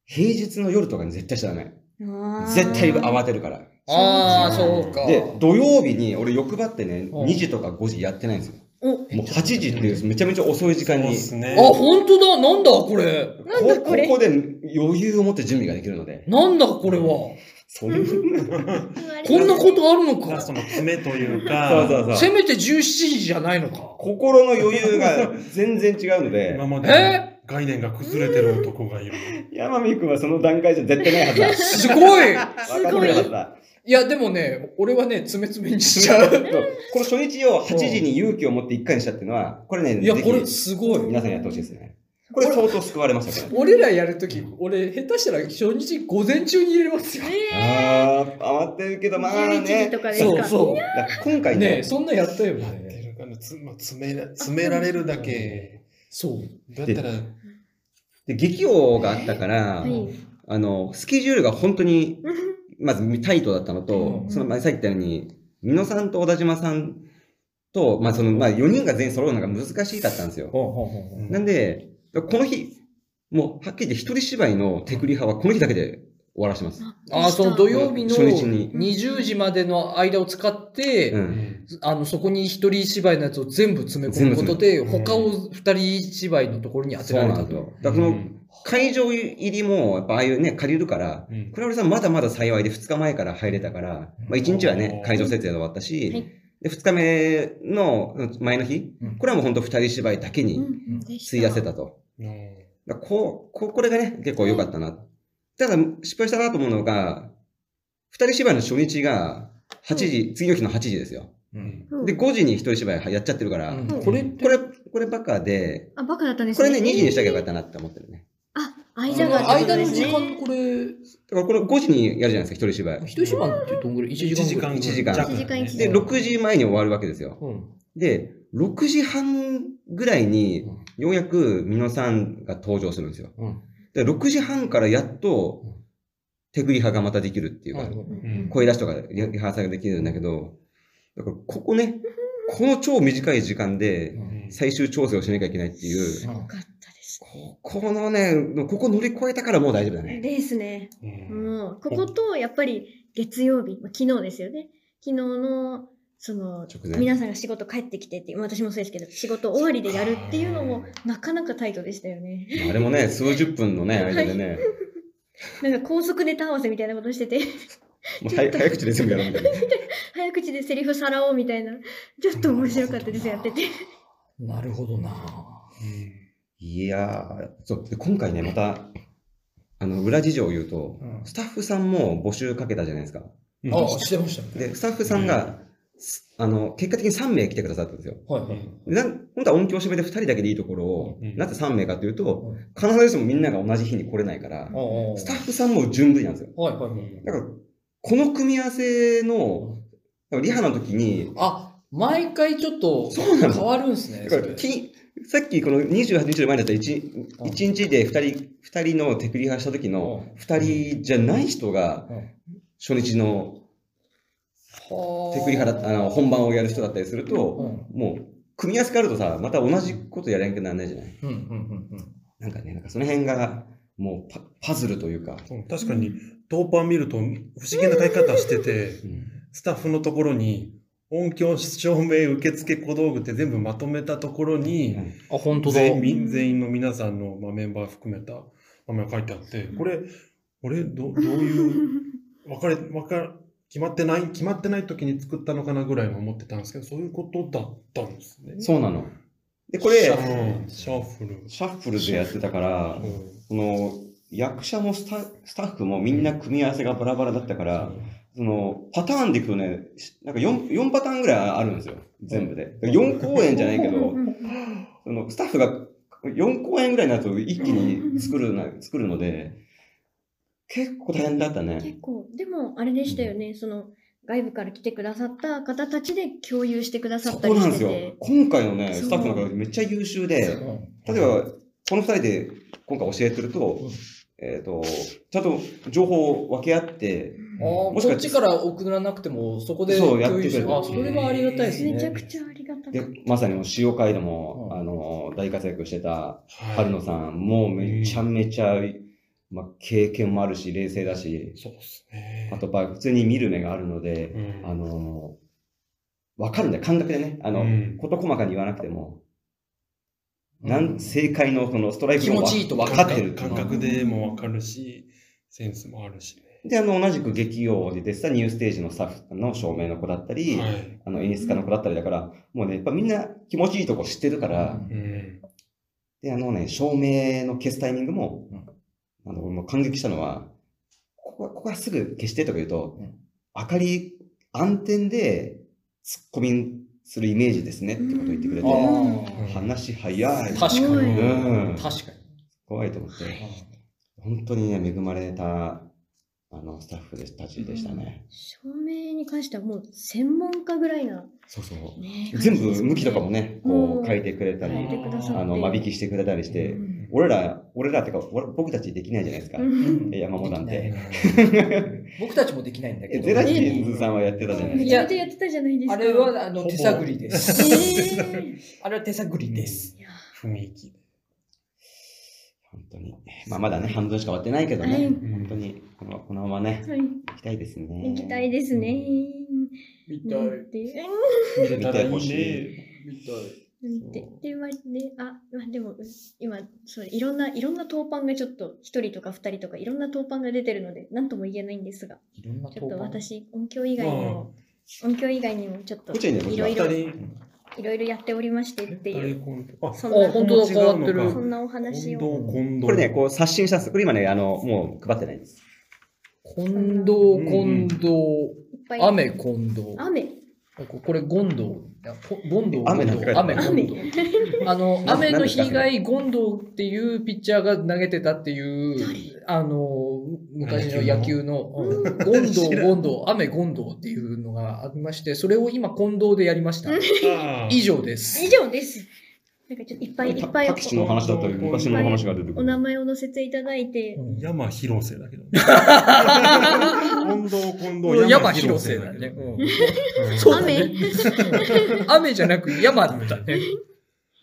平日の夜とかに絶対しちゃダメ。あー絶対慌てるから。ああ、そうか。で、土曜日に、俺欲張ってね、うん2時とか5時やってないんですよ。お、もう8時っていう、めちゃめちゃ遅い時間そうにっ。すねあ、本当だなんだこれこなんだこれここで余裕を持って準備ができるので。なんだこれはそういう。こんなとことあるのがかその爪というかそうそうそせう。めて17時じゃないのか心の余裕が全然違うので今、までのえ概念が崩れてる男がいる 山見くんはその段階じゃ絶対ないはずだ。すごい分かってるはずだ。いや、でもね、俺はね、つめつめにしち ゃう。そうこの初日を8時に勇気を持って1回にしたっていうのは、これね、いや、ぜこれひすごい。皆さんやってほしいですね。これ相当救われましたから。俺らやるとき、俺、下手したら初日午前中に入れますよ。あー、余ってるけど、まあ11時ね。とかですか。そうそう。だから今回ねねえ、そんなやったよやっね。てるからつまあ詰め詰められるだけそう。だったらで、激応があったから、はい。あの、スケジュールが本当に、まずタイトだったのとう、んその、まあ、さっき言ったように、美濃さんと小田島さんと、まあ、その、まあ、4人が全員揃うのが難しいだったんですよ。ほんほんほんほんなんで、この日、もう、はっきり言って一人芝居のテクリ派はこの日だけで終わらします。ああ、その土曜日の初日に20時までの間を使って、うん。あの、そこに一人芝居のやつを全部詰め込むことで、全部詰め他を二人芝居のところに当てそうられなたんですよと。。だからその、会場入りも、やっぱああいうね、借りるから、うんクラウリさんまだまだ幸いで2日前から入れたから、まあ1日はねう、ん会場設営で終わったし、はいで2日目の前の日うん、これはもう本当2人芝居だけに費やせたと。うんだからこう、こうこれがね、結構良かったな。ただ、失敗したなと思うのが、2人芝居の初日が8時、次の日の8時ですよ。うんうんで、5時に1人芝居やっちゃってるから、うんうんこれ、これ、これバカで、あ、バカだったんですこれね、2時にしたきゃよかっったなって思ってるね。た。あ、間があった間んでのす時ね間、これ、だからこれ5時にやるじゃないですか、1人芝居。一芝居ってどんぐらい ?1 一時間ぐらい。一時間弱一時間一時間で、6時前に終わるわけですよ。うん。で、6時半ぐらいに、ようやく美濃さんが登場するんですよ。うん。で、6時半からやっとうん、手繰り派がまたできるっていううか、んうん声出しとかリリハーサルができるんだけど、だからここね、この超短い時間でうん最終調整をしなきゃいけないっていう、よかったです。ここのね、ここ乗り越えたからもう大丈夫だね。ですね。うんもう、ここと、やっぱり月曜日、まあ昨日ですよね。昨日の、その、直前。皆さんが仕事帰ってきてっていう、まあ私もそうですけど、仕事終わりでやるっていうのも、なかなかタイトでしたよね。まああれもね、数十分のね、間でね、なんか高速ネタ合わせみたいなことして て、もう早早口で全部やろうみたいな。早口でセリフさらおうみたいな、ちょっと面白かったです、やってて。なるほどな。いやー、そう、で今回ね、また、あの、裏事情を言うと、うんスタッフさんも募集かけたじゃないですか。うんああ、してましたね。で、スタッフさんが、すあの、結果的に3名来てくださったんですよ。はいはい。なん本当は音響締めで2人だけでいいところを、うんなぜ3名かというとうん、必ずしもみんなが同じ日に来れないからあ、あスタッフさんも準備なんですよ。はいはいはい。だから、この組み合わせの、リハの時に、あ、毎回ちょっとそうなの変わるんですね。だそかれらきさっきこの28日の前だったら 1, うん日で2人、二人のテクリハした時のう2人じゃない人がうん、初日のはあテクリハだあの本番をやる人だったりするうと、んもう、組み合わせ変わるとさ、また同じことやらなきゃならないじゃないうんうんうんうん。なんかね、なんかその辺が、もうパパズルというか、そう確かに、トーパー見ると不思議な炊き方してて、うんスタッフのところに、音響、照明、受付、小道具って全部まとめたところに、あ、本当だ。全員全員の皆さんの、まあ、メンバー含めた名前が書いてあって、これ、俺、どどういう、分かれ、分か、決まってない、決まってない時に作ったのかなぐらいは思ってたんですけど、そういうことだったんですね。そうなの。で、これ、うんシャッフル。シャッフルでやってたかう、らんその、役者もスタスタッフもみんな組み合わせがバラバラだったから、その、パターンでいくとね、しなんか 4, 4パターンぐらいあるんですよ。全部で。4公演じゃないけど、そのスタッフが4公演ぐらいになると一気に作るな、作るので、結構大変だったね。結構、でもあれでしたよね、その外部から来てくださった方たちで共有してくださそったこりなんしでてすよて。。今回のね、そうスタッフの方めっちゃ優秀で、うん例えば、この二人で今回教えてると、うんえっ、と、ちゃんと情報を分け合って、あーもしこかっちから送らなくても、そこでそうやってくれるしてあ、それはありがたいですね。めちゃくちゃありがたかでっ、まさにもう塩街でも、うんあの、大活躍してたはい春野さん、もうめちゃめちゃ、まあ、経験もあるし、冷静だし、そうですね。あと、まあ、普通に見る目があるので、うん、あの、わかるんだよ、感覚でね。あの、うん事細かに言わなくても、うんなん正解のそのストライク気持ちいいと分分かっかっててるる。感覚でもわかるし、センスもあるしで、あの、同じく劇用で出てたニューステージのスタッフの照明の子だったり、ね。はい。あの、演出家の子だったりだから、もうね、やっぱみんな気持ちいいとこ知ってるから、うん。で、あのね、照明の消すタイミングも、うんあの、俺も感激したのは、ここは、ここはすぐ消してとか言うと、うん明かり、暗転で突っ込みするイメージですねってことを言ってくれうて、んあ話早い。あ、確かに。うん確かに。怖いと思って、本当にね、恵まれた、あの、スタッフたちでしたね。た。照明に関してはもう専門家ぐらいな、そうそう。ね、全部向きとかもね。ね、こうんう変えてくれた変えてり、くださって。あの、間引きしてくれたりしうて、ん俺ら、俺らってか、俺僕たちできないじゃないですか。うん山本なんできて。ない僕たちもできないんだけど。ゼラチンズさんはやってたじゃないめですちゃめちゃやってたじゃないですか。あれは、あの、ほぼ手探りでえす。ー、 あれは手探りです。いや雰囲気。か。本当に。まあ、まだね、半分しか終わってないけどはいね。本本当。に、このこのままね、はい、行きたいですね。行きたいですね。見なんていう見れたらいいね。見たい。なんてで、まあ、ね、あ、まあ、でも、う今、そう、いろんな、いろんな当番がちょっと、一人とか二人とか、いろんな当番が出てるので、なんとも言えないんですが、いろんなちょっと投稿私、音響以外にも、音響以外にもちょっと、こっちはいいねこっいちろはい二ろ、人、いろいろやっておりましてって二いう、人コンあ、そんな、あ本当だ変わってるこっちそがんあなおのか話を。近藤、近藤。これね、こう刷新したんです。これ今ね、あの、もう配ってないです。近藤、近藤、いっぱい。雨近藤。雨。ここれ、ゴンドウ。ゴンドウ、雨なんて書いてあ雨、るゴンドウ。あ の、な雨の被害、ゴンドウっていうピッチャーが投げてたっていう、あの、昔の野球の、うんゴンド知ウ、らんゴンドウ、雨、ゴンドウっていうのがありまして、それを今、近藤でやりました。あー以上です以。上です。なんかちょっといっぱいいっぱいタクシーの話だったり、昔の話が出てくる。お名前を載せていただいて、山広瀬だけど。近藤、近うん藤、山広瀬だね。けどうんうんそうだね雨雨じゃなく山だね。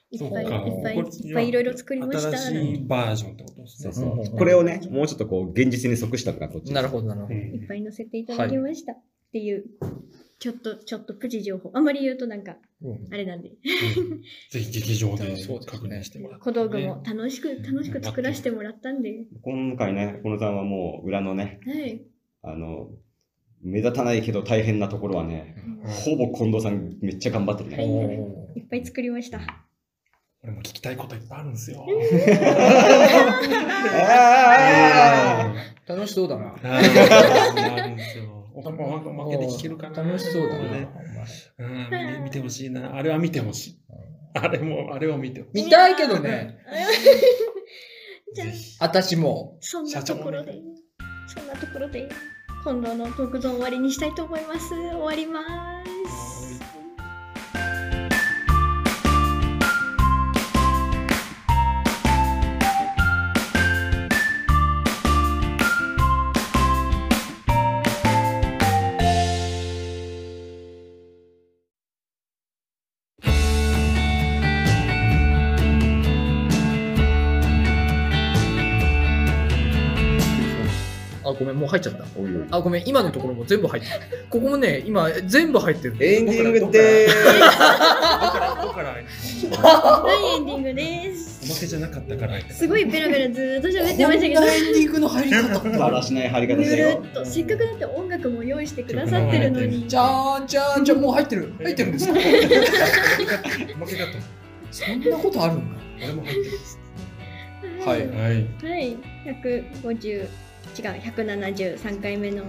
いっぱいそうかいっぱいこれいっぱいいろいろ作りました。新しいバージョンってことですそねう。そうんうんうんう。これをね、もうちょっとこう、現実に即したのがこっち。なるほど、なるほうど。いっんぱい載せていただきました。っていう、ちょっと、ちょっとプチ情報。あんまり言うとなんか、うんあれなんで。うんぜひ劇場でそうですね確認してもらって。小道具も楽しく、楽しく作らせてもらったんで。今回ね、このさんはもう、裏のね、はい。あの、目立たないけど大変なところはね、ほぼ近藤さんめっちゃ頑張ってるね。おーいっぱい作りました。俺も聞きたいこといっぱいあるんですよ。あーうん楽しそうだな。あーそうなんですよおかおまおまけで聞けるかな。楽しそうだな、ねほんまにうん、見見てほしいな。あれは見てほしい。あれも、あれを見てほし見たいけどね、じゃあい。ぜひ私も。そんなところで、そんなところで、今度の特造終わりにしたいと思います。終わります。あ、ごめん、もう入っちゃった。あ、ごめん、今のところも全部入ってる。ここもね、今、全部入ってる。エンディングでーす。どっから、どっから入るはい、エンディングです。おまけじゃなかったから入った。すごいベラベラずーっと喋ってまこんしなたエンけど、ディングの入り方。だらしない貼り方ぬしてよるっと、せっかくだって音楽も用意してくださってるのに。じゃーんじゃーんじゃーんもう入ってる入ってるんですかおまけだと思う。そんなことあるんだ俺も入ってる。はいはい。はい、150、違う、173回目の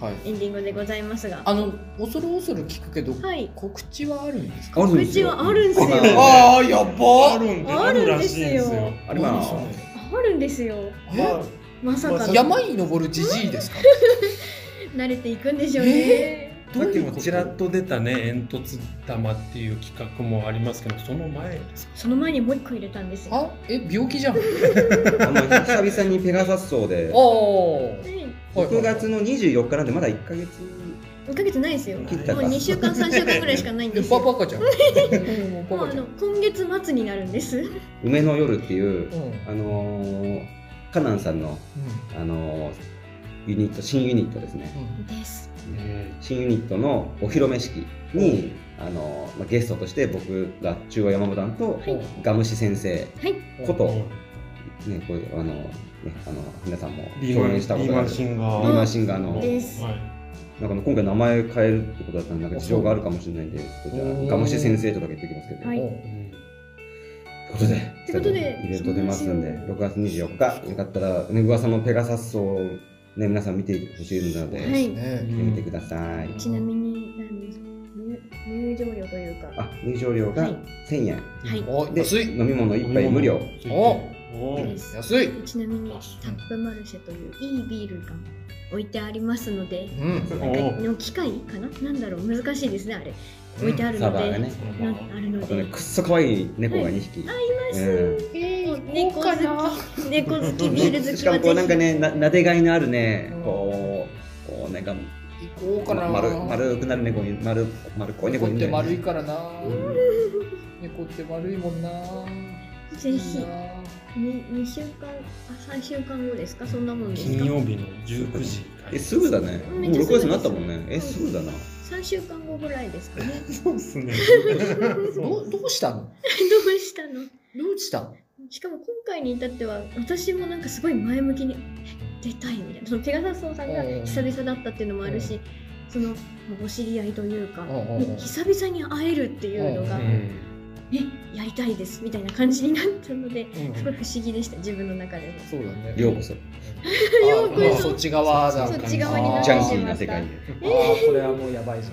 はいエンディングでございますが、あの恐る恐る聞くけど、はい、告知はあるんですかあるんです口よ。はあるんですよ。ああやばあっるんで、ああるるんらですしいよんですよ。あれはなあるんですよ。えまあまさまかあの山に登るじじいですか慣れていくんでしょうね。さっきもちらっと出たね、煙突玉っていう企画もありますけど、その前ですか。その前にもう一個入れたんですよ。はあえ病 気じゃんああの久々にペガサス層あで、い6月の24日なんでまだ1ヶ月。 1ヶ月ないですよ。もう切ったか2週間、3週間ぐらいしかないんですパよ。もパカち ゃんうんうパあパちゃんの今月末になるんです。梅の夜っていうう、んうんあのー、カナンさんの、あのー、ユニット、新ユニットですね。です。新ユニットのお披露目式に、あのまあ、ゲストとして僕が中央山本さんとうんガムシ先生うこと、ね、こういうあの、ね、あの皆さんもリーマ共ン、リ演したことーがマあンるシリンーガマー。ンシンガーのでですはいなんか今回名前変えるってことだったんでなんか事情があるかもしれないんでちょっとじゃうあんガムシ先生とだけ言っておきますけど、はといい。うんうんうことでということでイベント出ますんでそうなんです6月24日よかったら梅桑さんのペガサスを、ね、皆さん見てほしいので、は見い。ねてみてください、ちなみに何ですか入入場料というか。あ入場料がはい1000円、はい。おで安い飲み物一杯無料おおでーす。安いちなみにタップマルシェといういいビールが置いてありますので、うんおーの機械かな？なんだろう難しいですねあれ。置いてあるのサーバーがでね。なんかあるのあとねで。、くっそ可愛い猫が2匹。うんもう猫好き猫好きビール好きはぜひしかもこうなんかね、ななでがいのあるねうん、こう、こうなんか、行こうかなま丸丸くなる猫に、丸、丸っこい猫猫にっいてるんだよ丸ねいからな猫って丸いもんなぜひいいなに二週間あ三週間後ですかそんなもんです金か曜日の19時から。え、すぐだね。めもっうちゃ6すぐです月になったもんね。え、すぐだな。三週間後ぐらいですかね そうっすね。どうどうしたのどうしたのどうしたのしかも今回に至っては私もなんかすごい前向きにえ出たいみたいなそのペガサスオさんがうん久々だったっていうのもあるしそのお知り合いというかんうんうんね久々に会えるっていうの うがえんやりたいですみたいな感じになったのでうんすごい不思議でした自分の中でもそうだねようこそ。ようこそあそっち側だそっ感じち側になっジてャンしキーまっなた世界へ。あーこれはもうやばいぞ。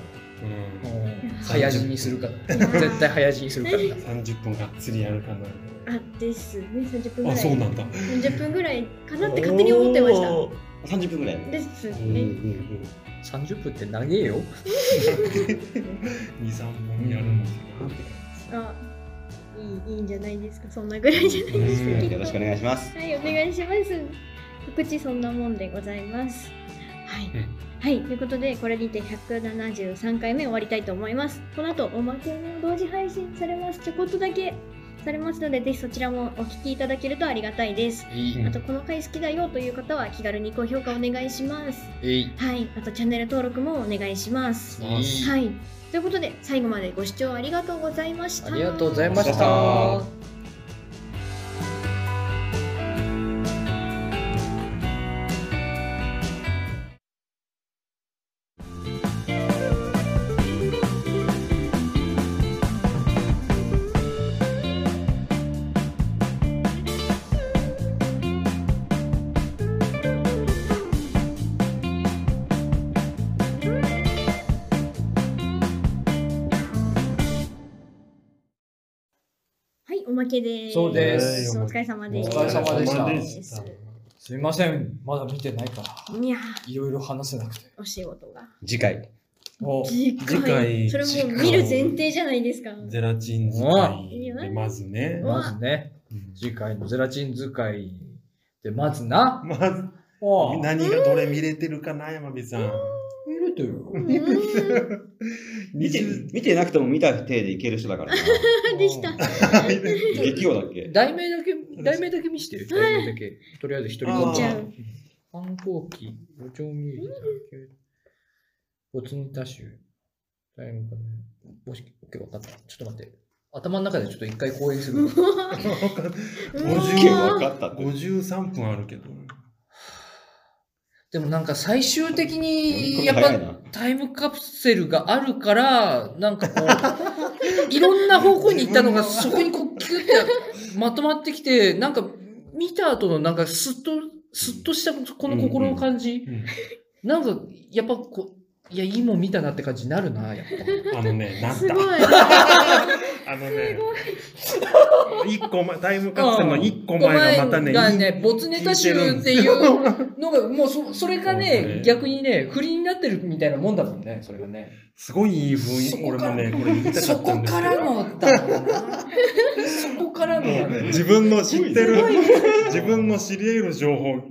うんもうや早死にするから。 絶対早死にするから30分がっつりやるかな。 あですね30分ぐらいあ、そうなんだ。 30分ぐらいかなって勝手に思ってましたおー30分ぐらいですうんうんうねんだ。三十分って長えよ。二三本やるのかなってあいいいいんじゃないですかそんなぐらいじゃないですかきっとよろしくお願いしますはい、お願いします。告知そんなもんでございます。はい。うんはい、ということで、これにて173回目終わりたいと思います。この後、おまけも同時配信されます。ちょこっとだけされますので、ぜひそちらもお聞きいただけるとありがたいです。いいあと、この回好きだよという方は気軽に高評価お願いします。えい。はい、あとチャンネル登録もお願いします。いいはい。ということで、最後までご視聴ありがとうございました。ありがとうございましありがとうございたま。おまけです。そうですお疲れ様でおし疲れた。様でしたしたすみません、まだ見てないから。いやー、いろいろ話せなくて。お仕事が。次回。お次次回それもう見る前提じゃないですか。ゼラチン使いでまずね。うわまずね、次回のゼラチン使いで、まずな。まずおう何がどれ見れてるかな、山火さん。見れてよ。うーん見て20見てなくても見た体でいける人だ からな。 で した。激王だっけ題名だけ、題名だけ見してよ。題名だけ。とりあえず一人あーじゃあ反抗期、五丁ミュージック、没に多種、タイムかね。もし、OK、分かった。ちょっと待って。頭の中でちょっと一回公演す る。 50け分かったって。 53分あるけど。でもなんか最終的に、やっ早いぱ、な。タイムカプセルがあるから、なんかこう、 いろんな方向に行ったのが、そこにこう、キュッてまとまってきて、なんか、見た後のなんか、すっと、すっとした、この心の感じ。うんなんか、やっぱこう、いや、いいもん見たなって感じになるな、やっぱ。あのね、なっすごい。た。あのね、1個前、タイムカプセルの1個お前前がまたね、がいいね、没ネタ集っていうのが、もうそ、それそがうねね、逆にね、不利になってるみたいなもんだもんね、それがね。すごいいい雰囲そ気。こ俺かもらね、これ言いたそかったこんですかけらど。のだろうな。そこからのだろうな自分の知ってるすごいね、自分の知り得る情報を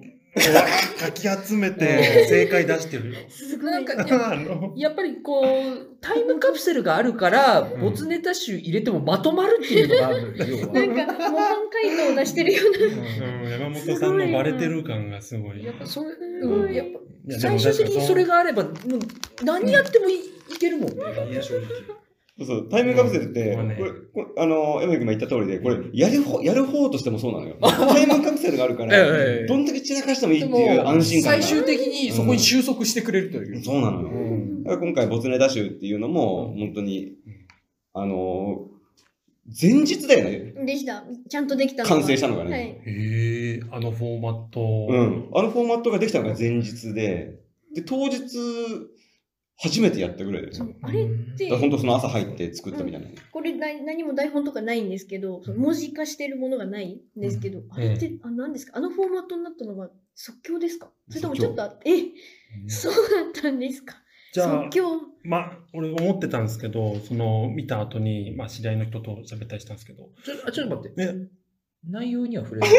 かき集めて正解出してるよ。すごなんい。か、でもあのやっぱりこう、タイムカプセルがあるから、ん没ネタ集入れてもまとまるっていうのがあるのよ、要はなんか模範解答を出してるような。うん山本さんのバレてる感がすごうんい。やっぱそれ、すうごん、いやっいぱやでも最終的にそれがあれば、もう何やってもい,、けるもんね、だって正直。そうそう、タイムカプセルって、うんこれ、これあの、山木君が言った通りで、これ、やる方、やる方としてもそうな のよ。タイムカプセルがあるかええええら、どんだけ散らかしてもいいでってもいう安心感最が。終的にそこに収束してくれるという。そうなのうよ。んだから今回、ボツネタ集っていうのも、本当に、あの、前日だよね。でした。ちゃんとできたのが完成したのがね。はい。へえ、あのフォーマット。うん。あのフォーマットができたのが前日で、で、当日、初めてやったぐらいだよね。そうだあれってから本当その朝入って作ったみたいな。これな何も台本とかないんですけど、その文字化してるものがないんですけど、あれって、あ、何ですかあのフォーマットになったのは即興ですかそれともちょっとあ、え、そうだったんですかじゃあ即、興。まあ、俺思ってたんですけど、その、見た後に、まあ、知り合いの人と喋ったりしたんですけど、ちょあちょっと待って。ね、内容には触れない。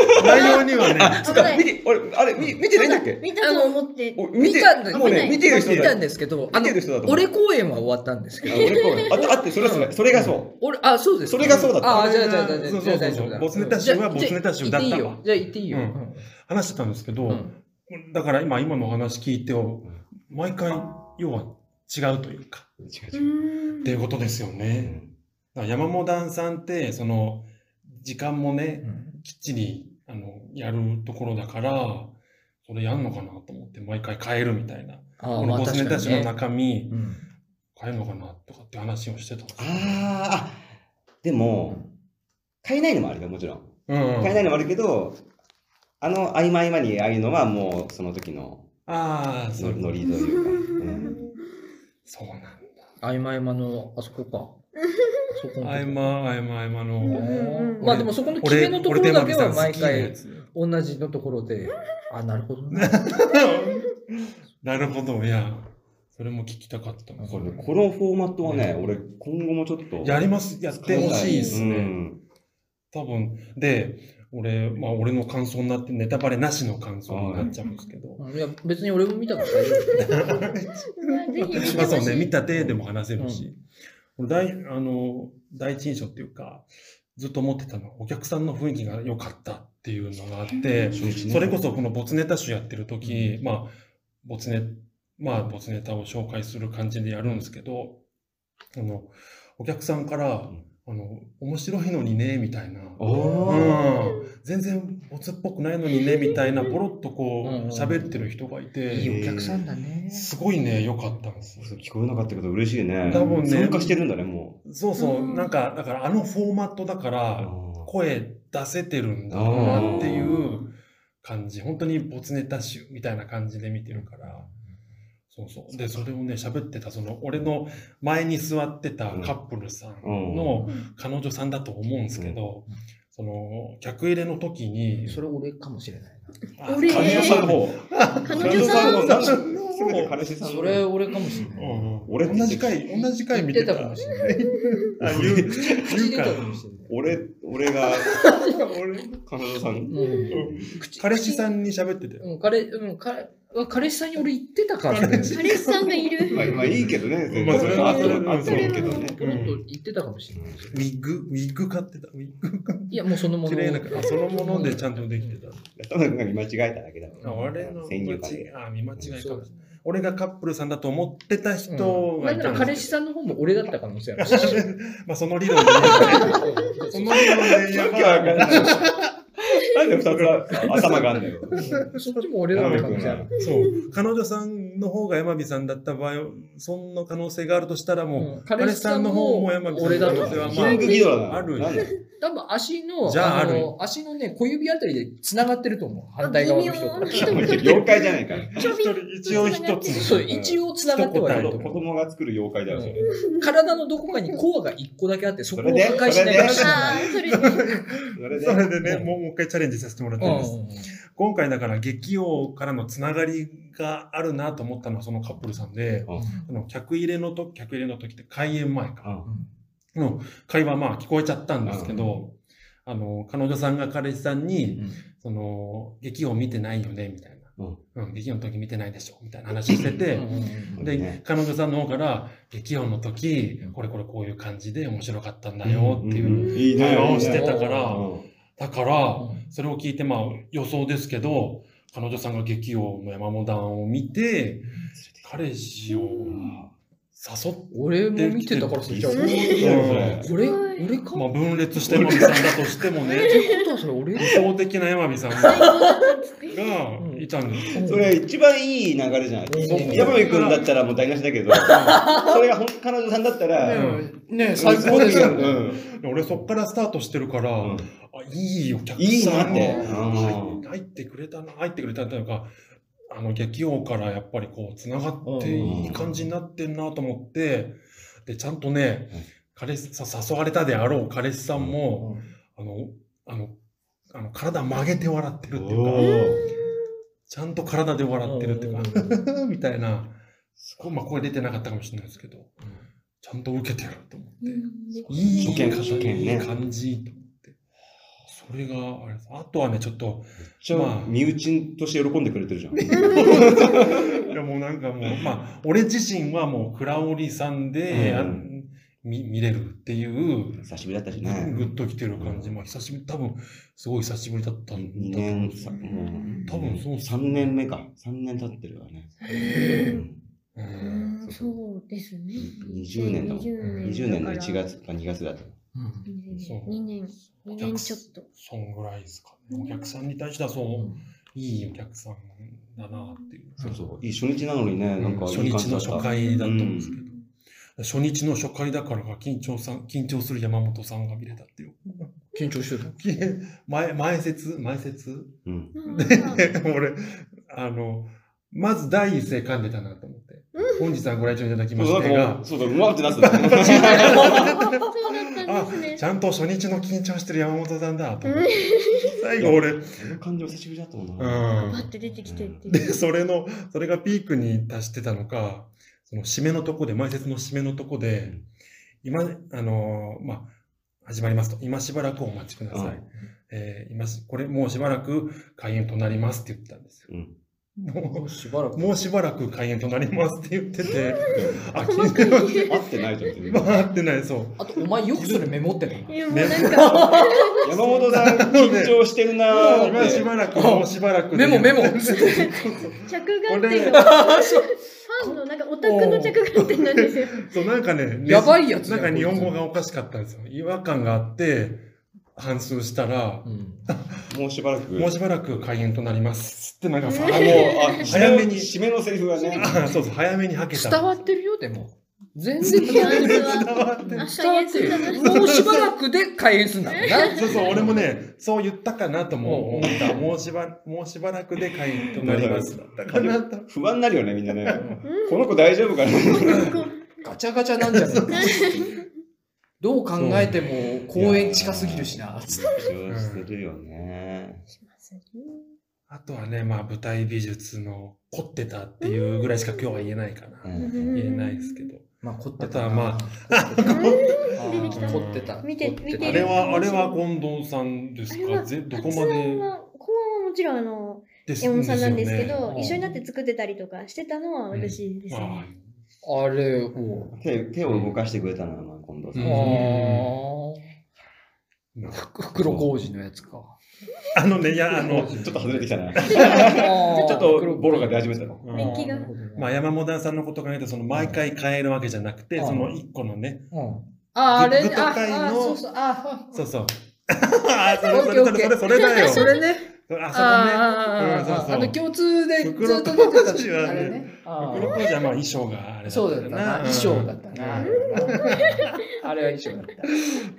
内容にはね、そ危っなか、い見て、あれ、あれ、見見てないんだっけ見たと思って、お見見てたんだ、もうね、見てる人見ただんですけど、あ見のてる人だと思う。俺公演は終わったんですけあど、俺公演。あと、あって、それはそれ。それがそう。俺、あ、そうですか。それがそうだったああ、じゃあ、じゃあ、じゃあ、じそゃうそうあ、そうじゃあ大丈夫だボツネタ集はじゃあボツネタ集だったわじゃあ言ていいよじゃあ、言っていいうよ。話してたんですけど、うんうんだから今、今のお話聞いてを、毎回、要は違うというか、う違う違う。ーんっていうことですよね。だから山本段さんって、その、時間もね、きっちり、あの、やるところだから、それやんのかなと思って、毎回変えるみたいな。ああ、こまのあ、ボスネ確タか集にのね。中身、うん変えるのかなとかって話をしてたんですよあーあ、でも、買えないのもあるよ、もちろん。うん買えないのもあるけど、あの、合間合間にああいうのはもう、その時のああ、そノうリノリというか。 うんそうなんだ。あいまいまの、あそこか。あそこの合間合間合間うんの。うんうんまあでもそこの決めのところだけは毎回俺。同じのところで、あ、なるほどね。俺手巻さん好きなやつなるほど、いや、それも聞きたかったな。これねこのフォーマットはね、俺、今後もちょっと。やります、やってほしいですうね。ん多分、で、俺、まあ俺の感想になって、ネタバレなしの感想になっちゃうんですけど。いや、別に俺も見たから大丈夫だよ。まあぜひ見てほしいまあそうね、見た手でも話せるし、俺大あの第一印象っていうか、ずっと思ってたのは、お客さんの雰囲気が良かったっていうのがあって、初日ねそれこそこのボツネタ集やってる時、まあ、ボツネ、まあ、ボツネタを紹介する感じでやるんですけど、あの、お客さんから、んあの、面白いのにね、みたいな。おうーん、全然ボツっぽくないのにね、みたいな、ポロッとこうんう、喋ってる人がいて、いいお客さんだね。すごいね、良かったんですよ。そう聞こえなかったけど嬉しいね。多分ね参加してるんだね、もそうそう、うんなんか、だからあのフォーマットだかう。ら、声出せてるんだなっていう感じ、本当に没ネタ集みたいな感じで見てるから、そうそう。で、それをね、喋ってた、その、俺の前に座ってたカップルさんの彼女さんだと思うんですけど、その、客入れの時に、それ俺かもしれないな。あ俺彼女さんも、彼女さん彼女さんのすべて彼氏さんのそれ俺かもしれうない。んうん俺同じ回、同じ回言っ見ててたた。かもしれない。あ言う口出言うかたらかもしれない。俺、俺が、俺、彼女さん。うん口彼氏さんに喋ってて。うん、彼、うん、彼、彼氏さんに俺言ってたからね。彼氏さんがいる。まあ、まあいいけどね。まあそれはあってもあってもいいけどね。ポロッと言ってたかもしれない。ウィッグ、ウィッグ買ってた。ウィッグ買っていや、もうそのも綺の。麗なあそのものでちゃんとできてた。ただ見間違えただけだから。俺の先間入違観いで。あ見間違いかそうもしれない。俺がカップルさんだと思ってた人うんがないんなたらん彼で氏すさんの方も俺だったかもしれない。けどまあその理論で 言えばねその理論で言わえけわかんばない。なんで二つ頭があんだよ。そっちも俺だったかもしれない。そう彼女さんの方が山火さんだった場合そんな可能性があるとしたらもう彼氏さんの方も山火さん俺だの可能った性はかもまあしれないキングギドラなあるなんだよ多分足の、じゃあの足のね、小指あたりで繋がってると思う。反対側の人と。微妙な妖怪じゃないから。ちょび一人一応一つそう、一応繋がってはいると子思う。供が作る妖怪だよ、それ。体のどこかにコアが一個だけあって、そこを破それで壊しながら死んあだ。あ、それで。それでそれでねもうもう一回チャレンジさせてもらってます、今回だから劇王からのつながりがあるなと思ったのはそのカップルさんであの客入れのと客入れの時って開演前かの会話まあ聞こえちゃったんですけど、あの、彼女さんが彼氏さんに、その、劇を見てないよね、みたいな。うん、劇の時見てないでしょ、みたいな話してて、で、ね彼女さんの方から、劇音の時、これこれこういう感じで面白かったんだよっていううんいいね会話をしてうたから、んだから、それを聞いてまあ予想ですけど、彼女さんが劇王の山本団を見て、彼氏を誘っ俺も見てたからそれじゃあ理想て、だよそれ俺、俺かまあも。分裂した山本さんだとしてもね、ってことはそれ俺理想的な山火さん最が高だったっつっていたんです。それ一番いい流れじゃないそう山部君だったらもう台無しだけど、それが本当彼女さんだったら、ね最高ですよ。うん俺そっからスタートしてるから、うあんいいお客いいさなんってが。うん入ってくれたな、入ってくれたというか、あの、劇王からやっぱりこう、つながってうんいい感じになってんなと思って、で、ちゃんとね、彼氏さ誘われたであろう彼氏さんも、あの、あの、あの体曲げて笑ってるっておいうか、ーちゃんと体で笑ってるっていうか、みたいな、すごい、まあ声出てなかったかもしれないですけど、ちゃんと受けてると思って。いい初見初見ねいい感じと思って。それがあれです。あとはね、ちょっと、じゃあま、あ身内として喜んでくれてるじゃん。いやもうなんかもう、まあ、俺自身はもう、倉織さんで、うんあ見見れるっていう、久しぶりだったしグね。ッときてる感じ、まあ、久しぶり、多分、すごい久しぶりだったんだと2思うん年ですさ、よう。ん多分そう3年目か。3年経ってるわね。うんうんそうですね。 20年だもん。20年の1月か2月だと。 2年、2年ちょっと。そんぐらいですかね。お客さんに対しては、そう、いいお客さんだなっていう。そうそう。いい初日なのにね、なんか初いい感日じのだった。初回だったんですけど、初日の初回だからか緊張さん緊張する山本さんが見れたっていう 緊張してた。前前説前説 うん。俺あのまず第一声噛んでたなと思って本日はご来場いただきそましうてなんかもがう、そうだ、うわって なってたそね。うだったあんですちね。ゃんと初日の緊張してる山本さんだと思って最後俺その感じも久しぶりだったもんな。バうッんて出てきてってでそれのそれがピークに達してたのかその締めのとこで前説の締めのとこで今あのーまあ始まりますと今しばらくお待ちください、うんえー今しこれもうしばらく開演となりますって言ってたんですようん。もうしばらく。もうしばらく開演となりますって言ってて、あ、緊細か張しい。合ってないじゃん全て、然。回ってない、そう。あと、お前よくそれメモってたいやもうなんか、山本さん緊張してるなー今しって。ばらく、もうしばらくで。メモメモ着眼点が、 ファンのなんかオタクの着眼点なんですよ。そう、なんかね、やばいやつなんか日本語がおかしかったんですよ。違和感があって、反数したら、もうしばらく。もうしばらく開演となりますって、なんかさ、あ、もう、あ、早めに締めのセリフがね。あそうそう、早めにはけた。伝わってるよ、でも。全然伝わってる。伝わってる伝わってる。もうしばらくで開演すんだもんな。そうそう、俺もね、そう言ったかなとも思うんった。もうしば、もうしばらくで会員となります。かなった不安になるよね、みんなね。うんこの子大丈夫かなガチャガチャなんじゃないどう考えても公園近すぎるしな。緊張してるよね。あとはね、まあ舞台美術の凝ってたっていうぐらいしか今日は言えないかな。うん言えないですけど。まあ凝ってた。あとはまあ出てきたー凝ってた。見て凝ってた見てあるれは、あれは近藤さんですあれかはぜどこ発まで案は、後半はもちろんあの、です山本さんなんですけよねど、うん一緒になって作ってたりとかしてたのは私ですあね。あれを。手手を動かしてくれたのは、まあ、近藤うさんん。ーああ。ふ袋小路のやつか。あのね、いや、あの、ちょっと外れてきたな。ちょちょっとボロが出始めてたの。うん年季がまあ、山本さんのこと考えて、その毎回変えるわけじゃなくて、うんその一個のね、あ、あれ、グッドあ、会のあそうそう、あ、そうそう。あ、それそれそれそれそれだよ。それね。あそこね。あうんそうそあうあ、あの共通でずっと袋出て小路たはねあれね。あ黒子じゃまあ衣装があれあだっそうただっんたよな。衣装だったな。あれは衣装だった。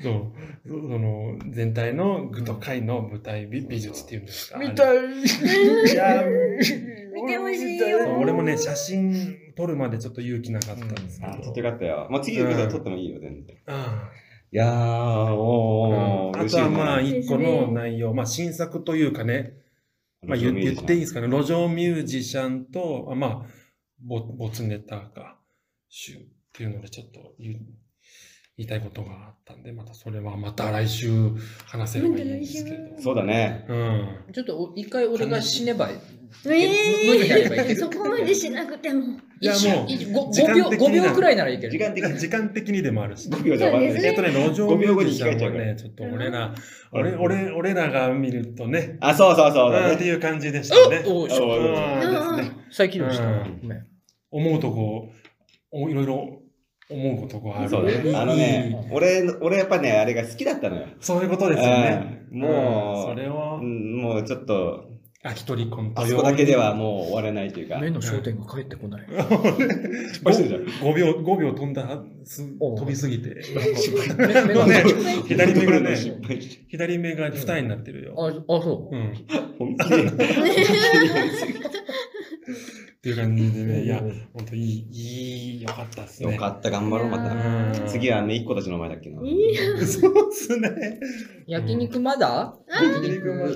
そう。その全体の具と会の舞台美美術っていうんですか。見たい。い。いや、見てほしいよそう俺もね、写真撮るまでちょっと勇気なかったんですけあ、ちょどっと。よかったよ。まあ、次、撮ってもいいよ、全然。あいやー、おー、あとはまあ、嬉しいね一個の内容、まあ、新作というかね、まあ、言言っていいですかね、路上ミュージシャンと、あまあ、ボボツネタか、シュっていうので、ちょっと言う言いたいことがあったんで、またそれはまた来週話せればいいんですけど本当。に来週そうだね。うん。ちょっとお一回俺が死ねばいい。無理やればいいえけえ、どそこまでしなくても。いや一瞬もう一ご時間5秒、的に5な秒くらいならいけ時る。間的に時間的にでもあるし。 5秒じゃ終わんないそうえねっとね、路上ミュージシャンはね、ちょっと五秒後に控え俺ちゃうら、俺、俺、俺らが見るとね、あ、そうそうそううだんってね。いう感じでしたね。おおあおいうんですね。再起動したうわ。んごめん思うとこおいろいろ思うことがあるそういいね。あのね、俺の、俺やっぱね、あれが好きだったのよ。そういうことですよねうんもううんそれうをんもうちょっと、あ一人コントあそこだけではもう終われないというか。目の焦点が返ってこない。失敗してるじゃん。 5秒5秒飛んだすおう飛びすぎて目目 のね左左目目がねがね、失敗して左目が二重になってるよ、あ、あ、そうん、っ本気で。ていう感じでう。ねいや本当いいいいよかったっすねよかった、頑張ろう、まいた。やーうん次は姪っ子たちの前だっけな。いい そうっすね焼肉まだ焼肉まだどう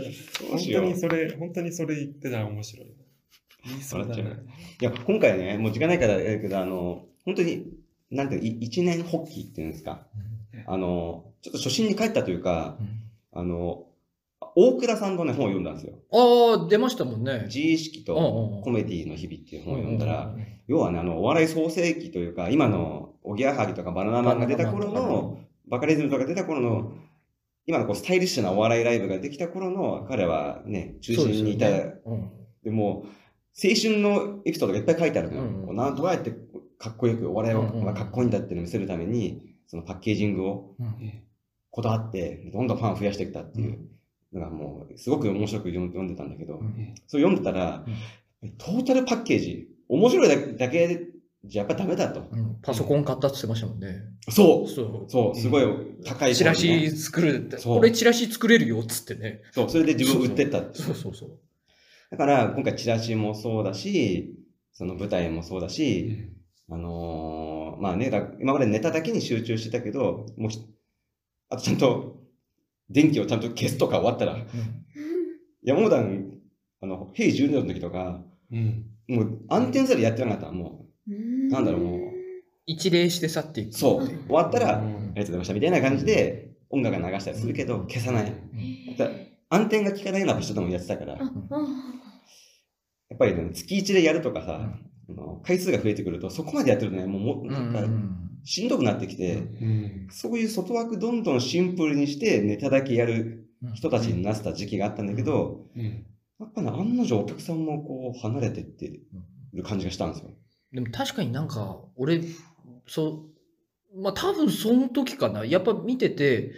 本し当ようにそれ本当にそれ言ってたら面白い言いそうだ笑っなちゃいや、今回ね、もう時間ないから、だけど、あの、本当に、なんていうの、い一年発起っていうんですか。あの、ちょっと初心に帰ったというか、あの、大倉さんのね、本を読んだんですよ。ああ、出ましたもんね。自意識うんうんとコメディの日々っていう本を読んだら、、要はね、あの、お笑い創世期というか、今の、おぎやはぎとかバナナマンが出た頃の、、バカリズムとか出た頃の、今のこうスタイリッシュなお笑いライブができた頃の、彼はね、中心にいた、でも、青春のエピソードがいっぱい書いてあるのよ。うんうんこうなんどうやってかっこよく、お笑いを、うんうんまあかっこいいんだっていうのを見せるために、そのパッケージングをこだわって、どんどんファンを増やしてきたっていうのがもう、すごく面白く読ん読んでたんだけど、それ読んでたら、トータルパッケージ、面白いだけだけじゃやっぱダメだと。パソコン買ったって言ってましたもんね。そそうそう、すごい高い、チラシ。作るって、そうこれチラシ作れるよっつってね。そう、それで自分を売ってったっていうそうそうそう。だから、今回チラシもそうだし、その舞台もそうだし、あのーまあね、だ今までネタだけに集中してたけど、もうひ、あとちゃんと、電気をちゃんと消すとか終わったら、山本団、あの、平12度の時とか、うんもう暗転すらやってなかった、もなんだろうもう一礼して去っていく。う。そう。終わったら、うありんがとうございました、みたいな感じで、音楽が流したりするけど、消さない。だ暗転が効かないような場所でもやってたから、やああっぱりね、月1でやるとかさ、あの回数が増えてくると、そこまでやってるとね、もうも、うなんか、ん。しんどくなってきて、うんそういう外枠どんどんシンプルにしてネタだけやる人たちになってた時期があったんだけど、うんやっぱね、案の定お客さんもこう離れてってる感じがしたんですよ。でも確かになんか、俺、そう、まあ多分その時かな。やっぱ見てて、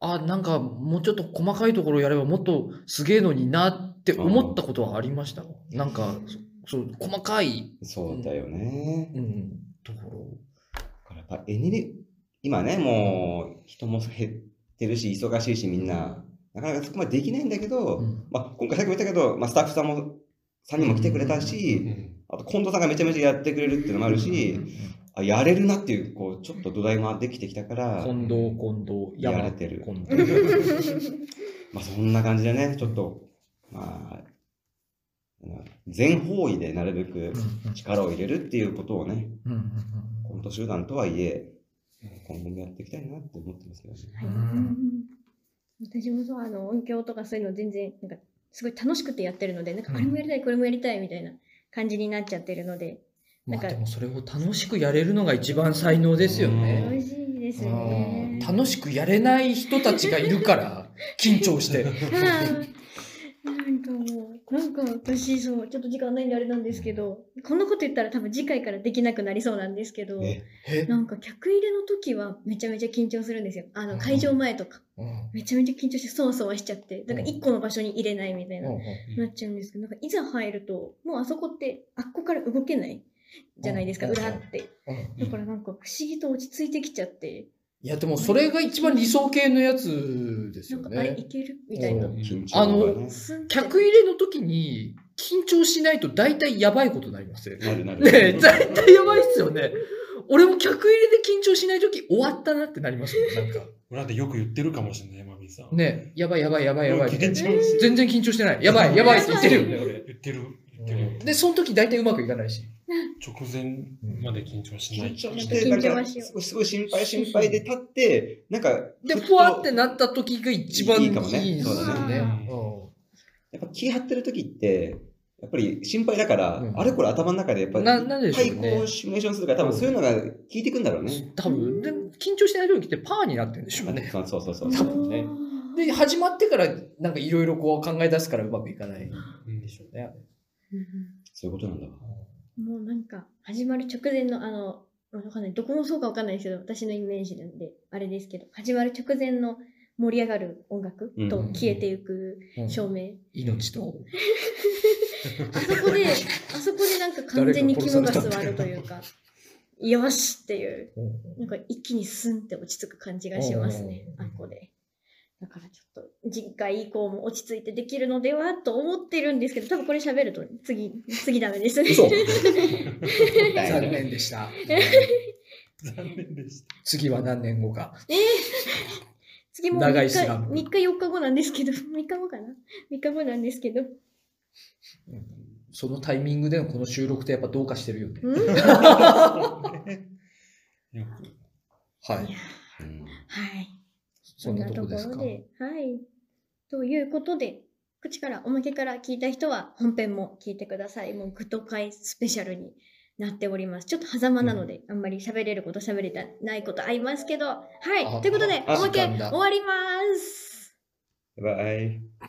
あ、なんかもうちょっと細かいところやればもっとすげえのになって思ったことはありました。なんか、そそう、細かい、そうだよね。うん、ところ。ぱエネル、今ね、もう人も減ってるし、忙しいし、みんな、なかなかそこまでできないんだけど、うんまあ、今回さっきも言ったけど、まあ、スタッフさんも、さんにも来てくれたうし、んあと近藤さんがめちゃめちゃやってくれるっていうのもあるし、あやれるなっていう、こう、ちょっと土台ができてきたから、近藤、近藤、や山られてる近藤。まあそんな感じでね、ちょっと、まあ、全方位でなるべく力を入れるっていうことをね、うんうんコント集団とはいえ、今後もやっていきたいなって思ってますけどね。はいうん私もそうあの音響とかそういうの全然なんかすごい楽しくてやってるのでなんかあれもやりたいこれもやりたいみたいな感じになっちゃってるのでうんまなんかあでもそれを楽しくやれるのが一番才能ですよ楽ね。しいですうんね。楽しくやれない人たちがいる から、緊張して。はいなんかもうなんか私そうちょっと時間ないんであれなんですけどこんなこと言ったら多分次回からできなくなりそうなんですけどええなんか客入れの時はめちゃめちゃ緊張するんですよあうんの会場前とかうんめちゃめちゃ緊張してそわそわしちゃってなんか一個の場所に入れないみたいなうんなっちゃうんですけどなんかいざ入るともうあそこってあっこから動けないじゃないですかうん裏ってうんだからなんか不思議と落ち着いてきちゃっていやでもそれが一番理想系のやつですなよんかあれいね。けるみたいなうん緊張がね、すんって客入れの時に緊張しないと大体やばいことになりますよね。なるなる。ねえ、大体 やばいっすよね。俺も客入れで緊張しない時終わったなってなりますもん、なんか。裏でよく言ってるかもしれない、マミーさん。ねえ、やばいやばいやばいやばい。緊張して全然緊張してない。やばいやばいって言ってるよね、俺。言ってる、言ってる。で、その時大体うまくいかないし。直前まで緊張しない。緊張して、なんか、すごいすごい心配心配で立って、なんか、で、ふっとふわってなった時が一番いいいいんかでもすねよね。そうだねやっぱ気張ってる時って、やっぱり心配だから、うんあれこれ頭の中でやっぱり、ななんでしょうね対抗シミュレーションするから、多分そういうのが効いてくんだろうね。多分、で緊張してない時ってパーになってるんでしょうね。そうそうそうそう。多分ねで、始まってからなんかいろいろこう考え出すからうまくいかないんうんでしょうね。そういうことなんだわ。もうなんか始まる直前のあのわかんないどこもそうかわかんないですけど私のイメージなんであれですけど始まる直前の盛り上がる音楽うんと消えていく照明、命と。あそこであそこでなんか完全に肝が据わるというかよしっていうなんか一気にスンって落ち着く感じがしますねうあんっこで。だからちょっと次回以降も落ち着いてできるのではと思ってるんですけど多分これ喋ると次次ダメですね。嘘だ残よね念でした。 残念でした。次は何年後か。 次もう長3い日スランプ3日4日後なんですけど3日後かな3日後なんです けどそのタイミングでのこの収録ってやっぱどうかしてるよね。うんはいよくはうい。んそんなとこですそんなかと。ではいということで口からおまけから聞いた人は本編も聞いてくださいもうグッド会スペシャルになっておりますちょっと狭間なので、あんまり喋れること喋れたないことありますけどはあいということであおまけ時間終だわりますバイバイ。